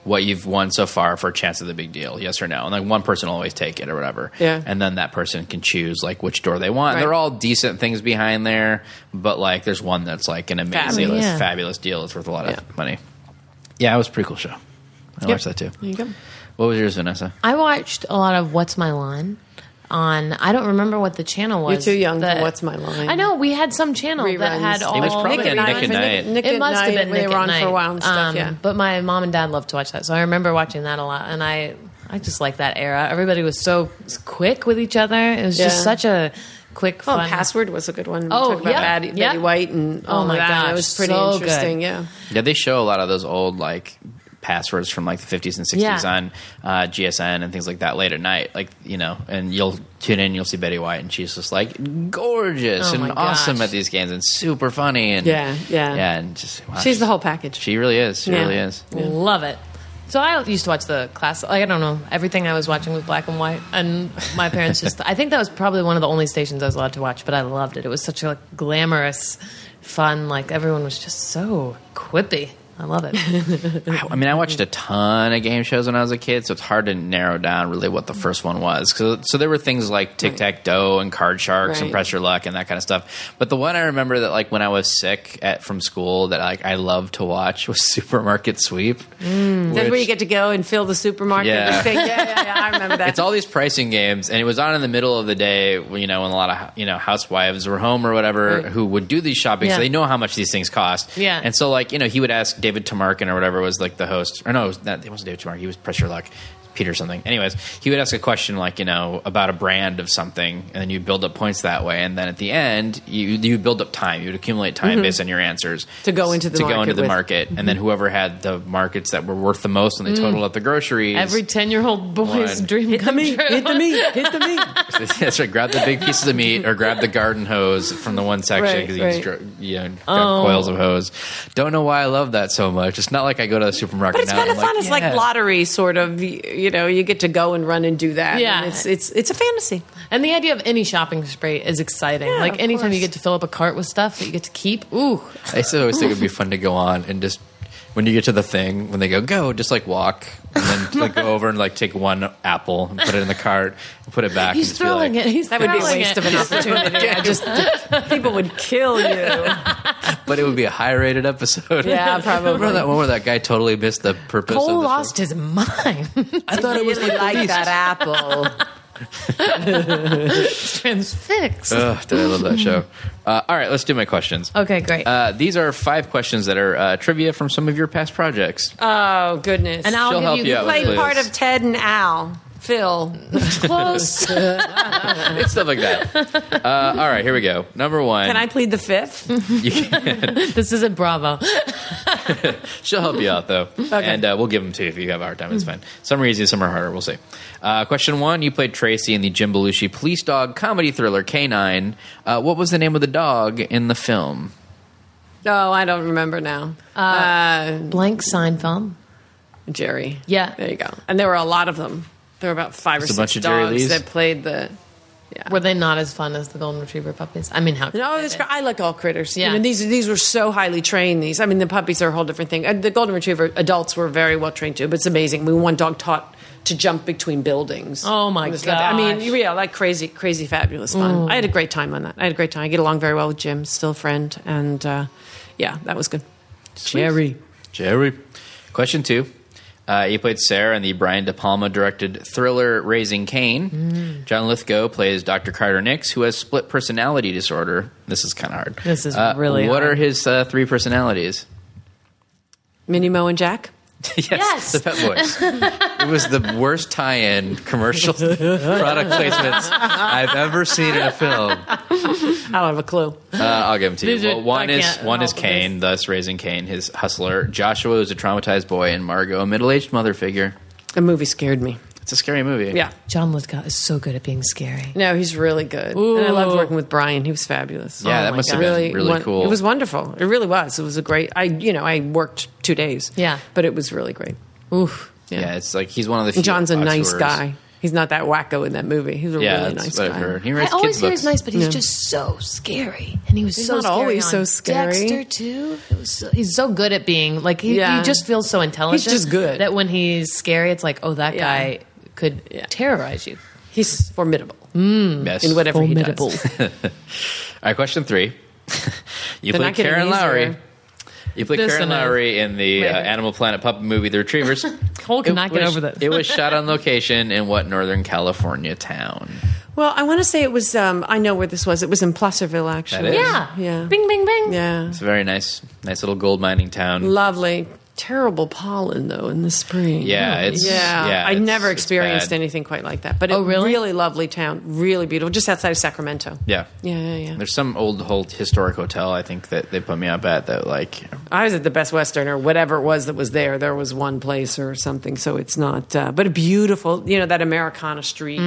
what you've won so far for a chance at the big deal? Yes or no? And like one person will always take it or whatever.
Yeah.
And then that person can choose like which door they want.
Right.
They're all decent things behind there, but like there's one that's like an amazing,
Fabulous. Yeah.
fabulous deal. It's worth a lot
Yeah.
of money. Yeah, it was a pretty cool show. I watched that too.
There you go.
What was yours, Vanessa?
I watched a lot of What's My Line on. I don't remember what the channel was.
too young for
that-
What's My Line.
I know we had some channel that
Reruns.
had all.
It was probably
Nick at
on Nick
Night.
at Night.
Nick
it
at
must have
Night,
been
they
Nick
were
at
on
Night.
for a while and stuff.
Um,
yeah,
But my mom and dad loved to watch that, so I remember watching that a lot. And I, I just like that era. Everybody was so quick with each other. It was just
Yeah.
such a quick
oh,
fun.
Password was a good one. We
Oh,
talked about
yeah,
Batty,
yeah.
Betty White and
Oh
all of
my
that.
gosh,
it was pretty
so good.
interesting. Yeah,
Yeah, they show a lot of those old like passwords from like the 50s and 60s
Yeah.
on uh, GSN and things like that late at night. Like, you know, and you'll tune in, you'll see Betty White, and she's just like gorgeous
Oh my
and awesome
gosh.
at these games and super funny. And
Yeah, yeah.
Yeah, and just, wow,
she's the whole package.
She really is. She
Yeah.
really is.
Love it. So I used to watch the class. Like I don't know, everything I was watching was black and white, and my parents just. I think that was probably one of the only stations I was allowed to watch, but I loved it. It was such a like, glamorous, fun. Like everyone was just so quippy. I love it.
I mean, I watched a ton of game shows when I was a kid, so it's hard to narrow down really what the first one was. So, so there were things like Tic Tac Toe and Card Sharks and
Right.
Pressure Luck and that kind of stuff. But the one I remember that like when I was sick at from school that like I loved to watch was Supermarket Sweep.
That's where
which-
Mm. you get to go and fill the supermarket.
Yeah.
with things. yeah, yeah, yeah, I remember that.
It's all these pricing games, and it was on in the middle of the day, you know, when a lot of you know housewives were home or whatever,
Right.
who would do these shopping,
Yeah.
so they know how much these things cost.
Yeah.
and so like you know, he would ask David Tamarkin or whatever was like the host, or no, it, was not, it wasn't David Tamarkin, he was Pressure Luck. Peter something. Anyways, he would ask a question like you know about a brand of something, and then you build up points that way, and then at the end you you build up time, you would accumulate time based on your answers
Mm-hmm. To go into the
to go
market
into the
with. Mm-hmm.
market, and then whoever had the markets that were worth the most when they
Mm.
totaled up the groceries
Every ten-year-old boy's
One.
dream come
meat,
true.
hit the meat, hit the meat.
That's right. Grab the big pieces of meat or grab the garden hose from the one section
Right,
because
right. Oh.
you just dro- you know, got coils of hose. Don't know why I love that so much. It's not like I go to the supermarket.
But it's
now
kind
and
of
I'm
fun. it's
yeah.
like lottery, sort of. y- You know, you get to go and run and do that.
Yeah.
and it's it's it's a fantasy.
And the idea of any shopping spree is exciting.
Yeah,
like
of
anytime you
course.
get to fill up a cart with stuff that you get to keep. Ooh,
I used to always think it'd be fun to go on and just when you get to the thing when they go go just like walk and then like go over and like take one apple and put it in the cart and put it back. and
he's
just be
throwing
like-
it. He's
That would be a
throwing
waste
it.
of an opportunity. I just people would kill you.
But it would be a high rated episode.
Yeah,
Remember
probably.
that one where that guy totally missed the purpose. of
Cole
the show?
lost his mind.
I thought it was
really
like, the
like
least.
that apple.
Transfixed.
Ugh, did I love that show? Uh, all right, let's do my questions.
okay, great.
Uh, these are five questions that are uh, trivia from some of your past projects.
Oh goodness!
and I'll
she'll
give
help
you,
you out with
play
Please.
part of Ted and Al. Phil,
close.
uh, it's stuff like that. Uh, all right, here we go. Number one,
can I plead the fifth?
you can-
this isn't Bravo.
she'll help you out though, and uh, we'll give them to you if you have a hard time. It's fine. Some are easy, some are harder. We'll see. Uh, question one: You played Tracy in the Jim Belushi police dog comedy thriller Canine. Uh, what was the name of the dog in the film?
No, I don't remember now. Uh,
Blank Seinfeld.
Jerry.
Yeah.
there you go. And there were a lot of them. There were about five or
Just a
six
bunch of Jerry
dogs
Lees.
that played the.
Were they not as fun as the Golden Retriever puppies? I mean, how? could
No,
they
it's,
be?
I like all critters.
Yeah.
I mean, these these were so highly trained. These, I mean, the puppies are a whole different thing. Uh, The golden retriever adults were very well trained too, but it's amazing. I mean, one dog taught to jump between buildings.
Oh, my
It was not- I mean,
gosh.
yeah, like crazy, crazy, fabulous fun. I had a great time on that. I had a great time. I get along very well with Jim, still a friend, and uh, yeah, that was good.
Jerry. Question two. Uh, he played Sarah in the Brian De Palma directed thriller Raising Cain.
Mm.
John Lithgow plays Dr. Carter Nix, who has split personality disorder. This is kind of hard.
This is
Uh,
really
What are
hard.
his uh, three personalities?
Minnie Mo and Jack.
yes,
Yes.
the Pet Boys. it was the worst tie-in commercial product placements I've ever seen in a film.
I don't have a clue.
Uh, I'll give them to
These
you.
are-
Well, one
I
is
can't
one is
help with
Cain, thus raising Cain, his hustler. Joshua is a traumatized boy, and Margot, a middle-aged mother figure.
The movie scared me.
It's a scary movie.
Yeah.
John Lithgow is so good at being scary.
No, he's really good. And I loved working with Brian. He was fabulous.
Yeah, Oh that my must have God. been really cool.
It was wonderful. It really was. It was a great I you know, I worked two days.
Yeah.
But it was really great.
Oof.
yeah. It's like he's one of the. Few
And John's a
authors.
nice guy. He's not that wacko in that movie. He's a
Yeah,
really
that's
nice
what
guy.
I've heard. He
I
writes
always
kids
hear
books.
he's nice, but he's just so scary, and he was
He's
so
not
scary
always
on
so scary.
Dexter too. It was so, he's so good at being like he,
Yeah.
he just feels so intelligent.
He's just good.
that when he's scary, it's like oh that
Yeah.
guy could
Yeah.
terrorize you.
He's formidable
Yes.
in whatever
Formidable.
he does.
All right, question three. you
They're
play
not getting
Karen Lowry.
easier.
You play
This
Karen
and I-
Lowry in the uh,
Wait.
Animal Planet puppet movie The Retrievers.
Cole
It
cannot get
was-
over this.
it was shot on location in what Northern California town?
Well, I want to say it was. Um, I know where this was. It was in Placerville, actually.
is?
yeah,
yeah,
Bing, bing, bing.
yeah.
It's a very nice, nice little gold mining town.
Lovely. Terrible pollen though in the spring.
Yeah, it's
Yeah, I
it's-
never
it's
experienced
bad.
anything quite like that. But
Oh,
a
really?
lovely town, really beautiful, just outside of Sacramento.
Yeah,
Yeah, yeah, yeah.
There's some old, old historic hotel I think that they put me up at that like
I was at the Best Western or whatever it was that was there. There was one place or something, so it's not. Uh, but a beautiful, you know, that Americana street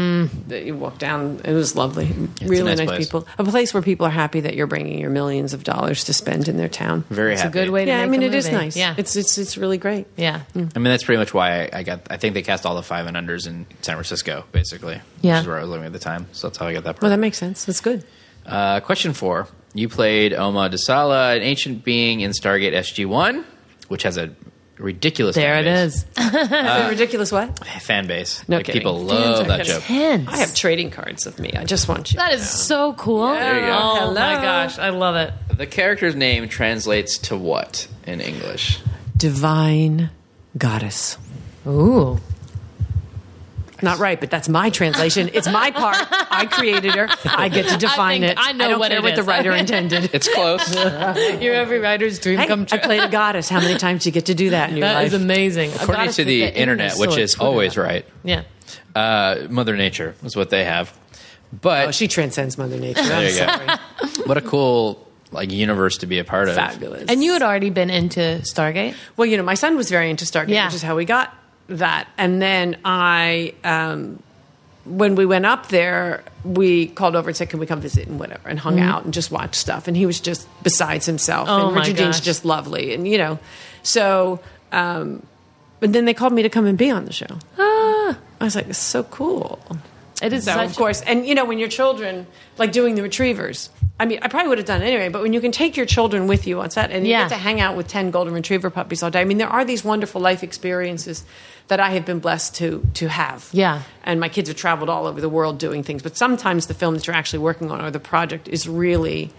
that you walk down. It was lovely. really
nice
nice,
place.
people. A place where people are happy that you're bringing your millions of dollars to spend in their town.
very
It's a
happy.
good way to
yeah,
make
I mean,
a
it is
movie.
nice.
Yeah,
it's it's it's really great.
yeah,
Mm.
I mean, that's pretty much why I, I got. I think they cast all the five and unders in San Francisco, basically.
Yeah.
which is where I was living at the time, so that's how I got that part.
Well, that makes sense. That's good.
Uh, question four. You played Oma Dasala, an ancient being in Stargate SG One, which has a ridiculous
there
fan
it
base.
is.
Is it ridiculous? What?
fan base.
No
like,
kidding.
people
Fans
love
are
that
kidding.
joke.
Tense.
I have trading cards of me. I just want you.
that is so cool.
There
you go.
Oh my
Hello.
gosh, I love it.
The character's name translates to what in English?
divine goddess.
Ooh,
Not right, but that's my translation. It's my part. I created her. I get to define
think
it.
I know
don't
what
care
it
what the
is.
writer intended.
It's close.
you're every writer's dream
Hey,
come
I
true.
played a goddess. How many times do you get to do that in your
That
life?
is amazing.
According to the internet, which is always right,
Yeah.
uh, Mother Nature is what they have. But
Oh, she transcends Mother Nature.
there
I'm
you go. what a cool like universe to be a part of.
Fabulous.
And you had already been into Stargate.
Well, you know, my son was very into Stargate,
Yeah.
which is how we got that. And then I, um, when we went up there, we called over and said, "Can we come visit and whatever?" and hung out and just watched stuff. And he was just besides himself.
Mm-hmm. Oh,
and
my
Richard Dean's
gosh.
just lovely, and you know, so. Um, but then they called me to come and be on the show. I was like, "It's so cool."
Ah. It is
So
such,
of course, and you know, when your children like doing the retrievers. I mean, I probably would have done it anyway, but when you can take your children with you on set and
Yeah.
you get to hang out with 10 golden retriever puppies all day. I mean, there are these wonderful life experiences that I have been blessed to to have.
Yeah.
And my kids have traveled all over the world doing things, but sometimes the film that you're actually working on or the project is really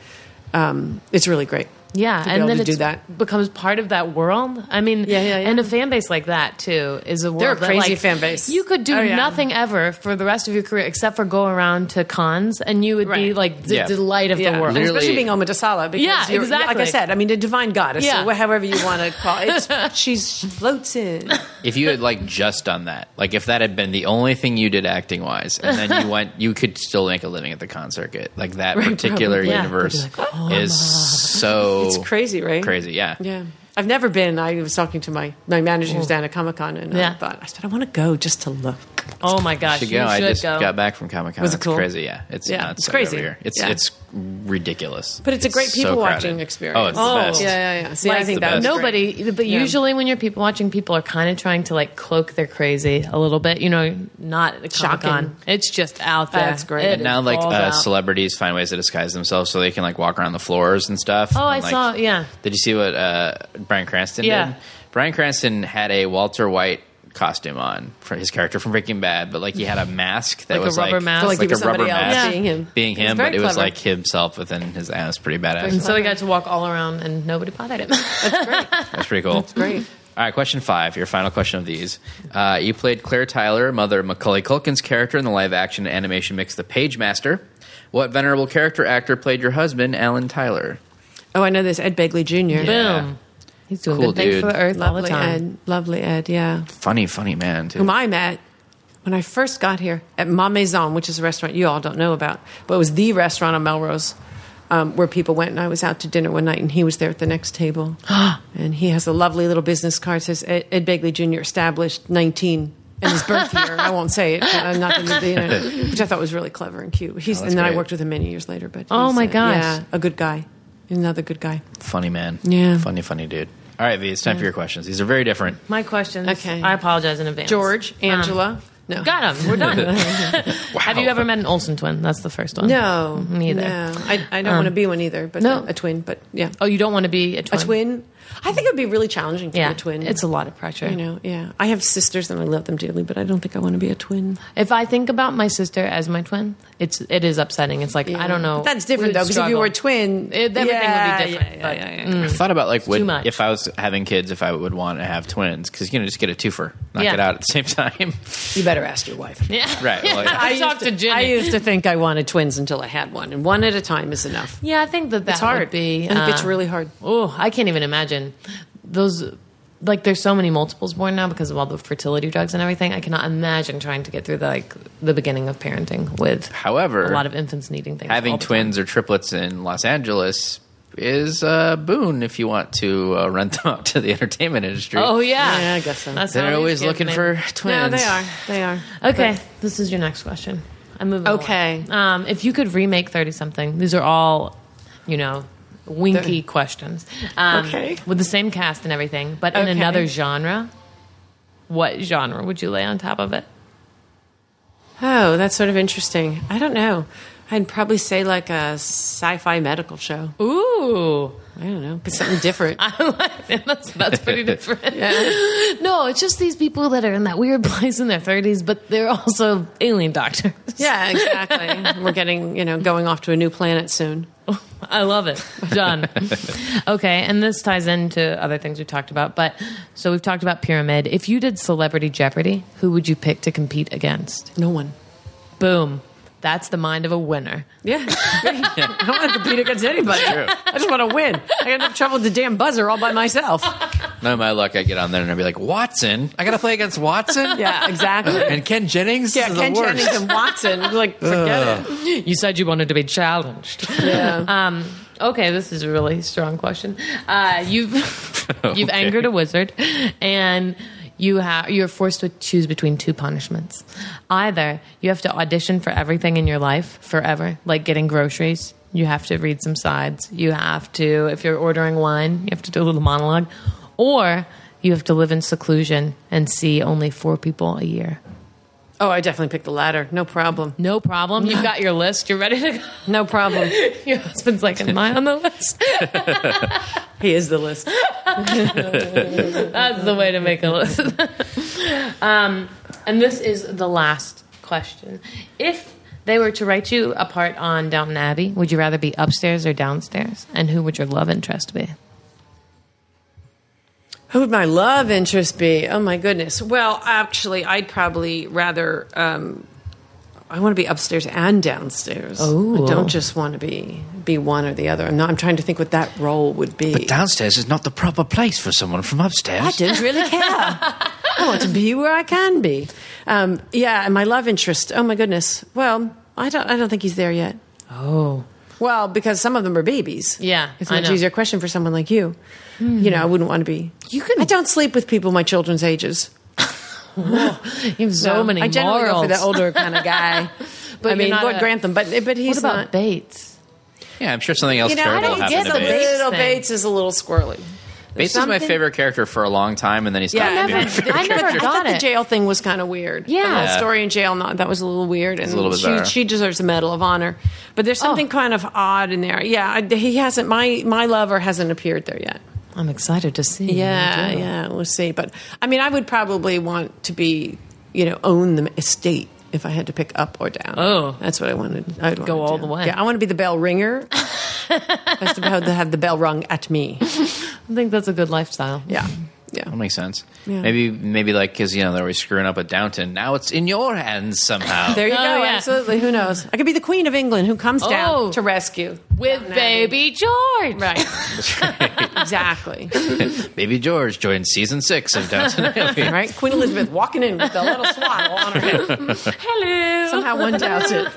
um, it's really great.
Yeah,
to be
and
able
then
to
it
do that.
becomes part of that world. I mean,
Yeah, yeah, yeah.
and a fan base like that too is a world.
They're a
that,
crazy
like,
fan base.
You could do
Oh, yeah.
nothing ever for the rest of your career except for go around to cons, and you would be
Right.
like the
Yeah.
delight of
Yeah,
the world.
and
Literally-
especially being Oma Dasala. Because
Yeah,
you're- Like
exactly.
I said, I mean, a divine goddess,
Yeah.
or however you want to call it. It's, she's, she floats in.
If you had like just done that, like if that had been the only thing you did acting wise, and then you went, you could still make a living at the con circuit. Like that particular
probably. Yeah.
universe
You'd be like, "Oh,
is so
It's crazy, right?
crazy. Yeah,
Yeah. I've never been. I was talking to my, my manager who's down at Comic Con, and
Oh. Yeah.
I thought, I said, I want to go just to look.
Oh my gosh,
Should
you
go. I
should
just
go.
got back from Comic Con.
Was it
it's
cool?
crazy. Yeah, it's
Yeah,
nuts
it's
over
crazy.
here. It's
Yeah.
it's ridiculous.
But it's a great
so
people watching
crowded.
experience.
Oh, it's the best.
Yeah, yeah, yeah. See,
Like,
I think
the
that was
best.
great.
nobody. But
Yeah.
usually, when you're people watching, people are kind of trying to like cloak their crazy a little bit. You know, not at Comic
Shocking.
Con. It's just out there.
That's great.
It
And
is
Now, like
balls
uh,
out.
celebrities find ways to disguise themselves so they can like walk around the floors and stuff.
Oh, I
And, like,
saw. Yeah,
Did you see what uh, Brian Cranston
Yeah.
did? Brian Cranston had a Walter White costume on for his character from Breaking Bad, but like he had a mask that
Like a
was
rubber
like,
mask.
it was
Like
he was
a rubber
somebody else
mask,
being him.
being
It was
him,
very
but it was
clever.
like himself within his ass. Pretty badass.
and so he got to walk all around, and nobody bothered him.
That's pretty cool.
Great.
All right, question five, your final question of these. Uh, you played Claire Tyler, mother of Macaulay Culkin's character in the live action animation mix The Page Master. What venerable character actor played your husband, Alan Tyler?
Oh, I know this. Ed Begley Jr.
Yeah.
Boom. He's doing
Cool
good things
dude.
for the earth all the
Lovely
time.
Ed. Lovely Ed, yeah.
Funny, funny man, too.
Whom I met when I first got here at Ma Maison, which is a restaurant you all don't know about, but it was the restaurant on Melrose um, where people went. And I was out to dinner one night and he was there at the next table. and he has a lovely little business card. It says Ed, Ed Begley Jr. established 19. and his birth year, and I won't say it. 'cause I'm not going to, you know, which I thought was really clever and cute. He's,
that's
and then
great.
I worked with him many years later. But
Oh
he's, uh,
my gosh.
yeah, a good guy, another good guy.
Funny man.
Yeah.
Funny, funny dude. All right, V, it's time for your questions. These are very different.
My questions.
Okay.
I apologize in advance.
George,
Um,
Angela, no,
Got him. We're done. Have you ever met an Olsen twin? That's the first one.
No,
neither.
No, I, I don't want to be one either. But
Um, no.
a twin, but yeah,
Oh, you don't want to be a
a
twin.
twin. I think it would be really challenging to
Yeah.
be a twin.
It's a lot of pressure.
you know, yeah. I have sisters and I love them dearly, but I don't think I want to be a twin.
If I think about my sister as my twin, it's it is upsetting. It's like I don't know.
But that's
We
different
would
though, because if you
struggle.
were a twin,
It- everything
yeah,
would be different.
yeah,
but, mm.
yeah, yeah, yeah.
I thought about like would,
much.
if I was having kids, if I would want to have twins, because you know just get a twofer, knock
Yeah.
it out at the same time.
You better ask your wife.
yeah.
Right, well, yeah.
I, talked to,
used
Jenny.
I used to think I wanted twins until I had one, and one at a time is enough.
yeah, I think that that
It's hard.
would be.
I think it's
uh,
really hard.
Oh, I can't even imagine those. Like, there's so many multiples born now because of all the fertility drugs and everything. I cannot imagine trying to get through the, like the beginning of parenting with
However,
a lot of infants needing things. all
having
the time.
twins or triplets in Los Angeles is a boon if you want to uh, rent them out to the entertainment industry.
Oh yeah,
Yeah, I guess so.
That's how
They're
these
always
kids
looking
make-
for
No,
twins.
they are. They are.
Okay, this is your next question. I'm moving. along.
Okay.
um, if you could remake thirty something, these are all, you know, winky questions. Um,
Okay.
with the same cast and everything, but in
Okay.
another genre. What genre would you lay on top of it?
Oh, that's sort of interesting. I don't know. I'd probably say like a sci-fi medical show.
Ooh,
I don't know, but something different.
that's, that's pretty different. No, it's just these people that are in that weird place in their thirties, but they're also alien doctors.
yeah, exactly. We're getting, you know, going off to a new planet soon.
I love it. Done. okay, and this ties into other things we talked about. But so we've talked about pyramid. If you did Celebrity Jeopardy, who would you pick to compete against?
No one.
Boom. That's the mind of a winner.
Yeah. I don't want to compete against anybody.
True.
I just want to win. I got enough trouble with the damn buzzer all by myself.
None of my luck, I get on there and I'd be like, Watson? I got to play against Watson?
Yeah, exactly.
And Ken Jennings?
Yeah,
This is
Ken
the worst.
Jennings and Watson. Like, forget it.
You said you wanted to be challenged. Um, okay, this is a really strong question. Uh, you've
Okay.
you've angered a wizard, and you have you're forced to choose between two punishments. Either you have to audition for everything in your life forever, like getting groceries. You have to read some sides. You have to, if you're ordering wine, you have to do a little monologue, or you have to live in seclusion and see only four people a year.
Oh, I definitely picked the latter. No problem.
No problem. You've got your list. You're ready to go.
No problem.
Your husband's like, am I on the list?
He is the list.
That's the way to make a list. um, and this is the last question. If they were to write you a part on Downton Abbey, would you rather be upstairs or downstairs? And who would your love interest be?
Who would my love interest be? Oh my goodness. Well, actually, I'd probably rather. Um, I want to be upstairs and downstairs.
Oh.
I don't just want to be be one or the other. I'm not. I'm trying to think what that role would be.
But downstairs is not the proper place for someone from upstairs.
I didn't really care. I want to be where I can be. Um, yeah, and my love interest. Oh my goodness. Well, I don't. I don't think he's there yet.
Oh.
Well, because some of them are babies.
Yeah,
it's a
I
much
know.
easier question for someone like you. You know, I wouldn't want to be.
You can-
I don't sleep with people my children's ages.
You have so
No,
many
Oh. I generally
morals.
go for the older kind of guy.
But
I
you're
mean,
not
Lord
a-
Grantham, but eh, but
what
he's
about
not.
Bates?
Yeah, I'm sure something else
you know, I
terrible
don't
happened
get
to
the
Bates.
Bates
little
thing.
Bates is a little squirrely.
Bates was my
something-
favorite character for a long time, and then he stopped
Yeah, I
being my
never-
favorite
I never
character.
Got
I thought
it.
the jail thing was kind of weird.
Yeah.
the whole story in jail. Not, that was a little weird, and
a little
she
bizarre.
she deserves a medal of honor. But there's
Oh.
something kind of odd in there. Yeah, I, he hasn't. My my lover hasn't appeared there yet.
I'm excited to see.
Yeah,
you do.
yeah, we'll see. But I mean, I would probably want to be, you know, own the estate if I had to pick up or down.
Oh.
that's what I wanted. I'd
Go
wanna
all the
do.
way.
Yeah, I want to be the bell ringer. I have to have the bell rung at me.
I think that's a good lifestyle.
Yeah. Yeah.
that makes sense.
Yeah.
Maybe maybe like because you know they're always screwing up at Downton. Now it's in your hands somehow.
There you
Oh,
go.
yeah.
Absolutely. Who knows? I could be the queen of England who comes
Oh.
down to rescue.
with
Downton Abbey.
baby George.
Right. exactly.
Baby George joined season six of Downton Abbey.
Right? Queen Elizabeth walking in with the little swaddle on her head.
Hello.
Somehow one doubts it.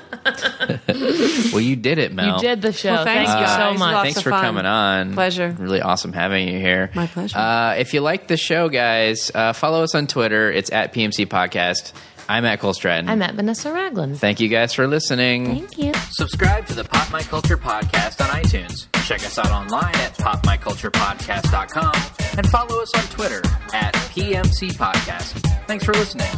Well, you did it, Mel.
You did the show.
Well,
thank
thanks,
you
guys.
so much.
Lots
Thanks
of
for
fun.
coming on.
Pleasure.
Really awesome having you here.
My pleasure.
Uh, if you like the show, guys, uh, follow us on Twitter. It's at PMC Podcast. I'm at Cole Stratton.
I'm at Vanessa Ragland.
Thank you guys for listening.
Thank you.
Subscribe to the Pop My Culture Podcast on iTunes. Check us out online at popmyculturepodcast.com and follow us on Twitter at PMC Podcast. Thanks for listening.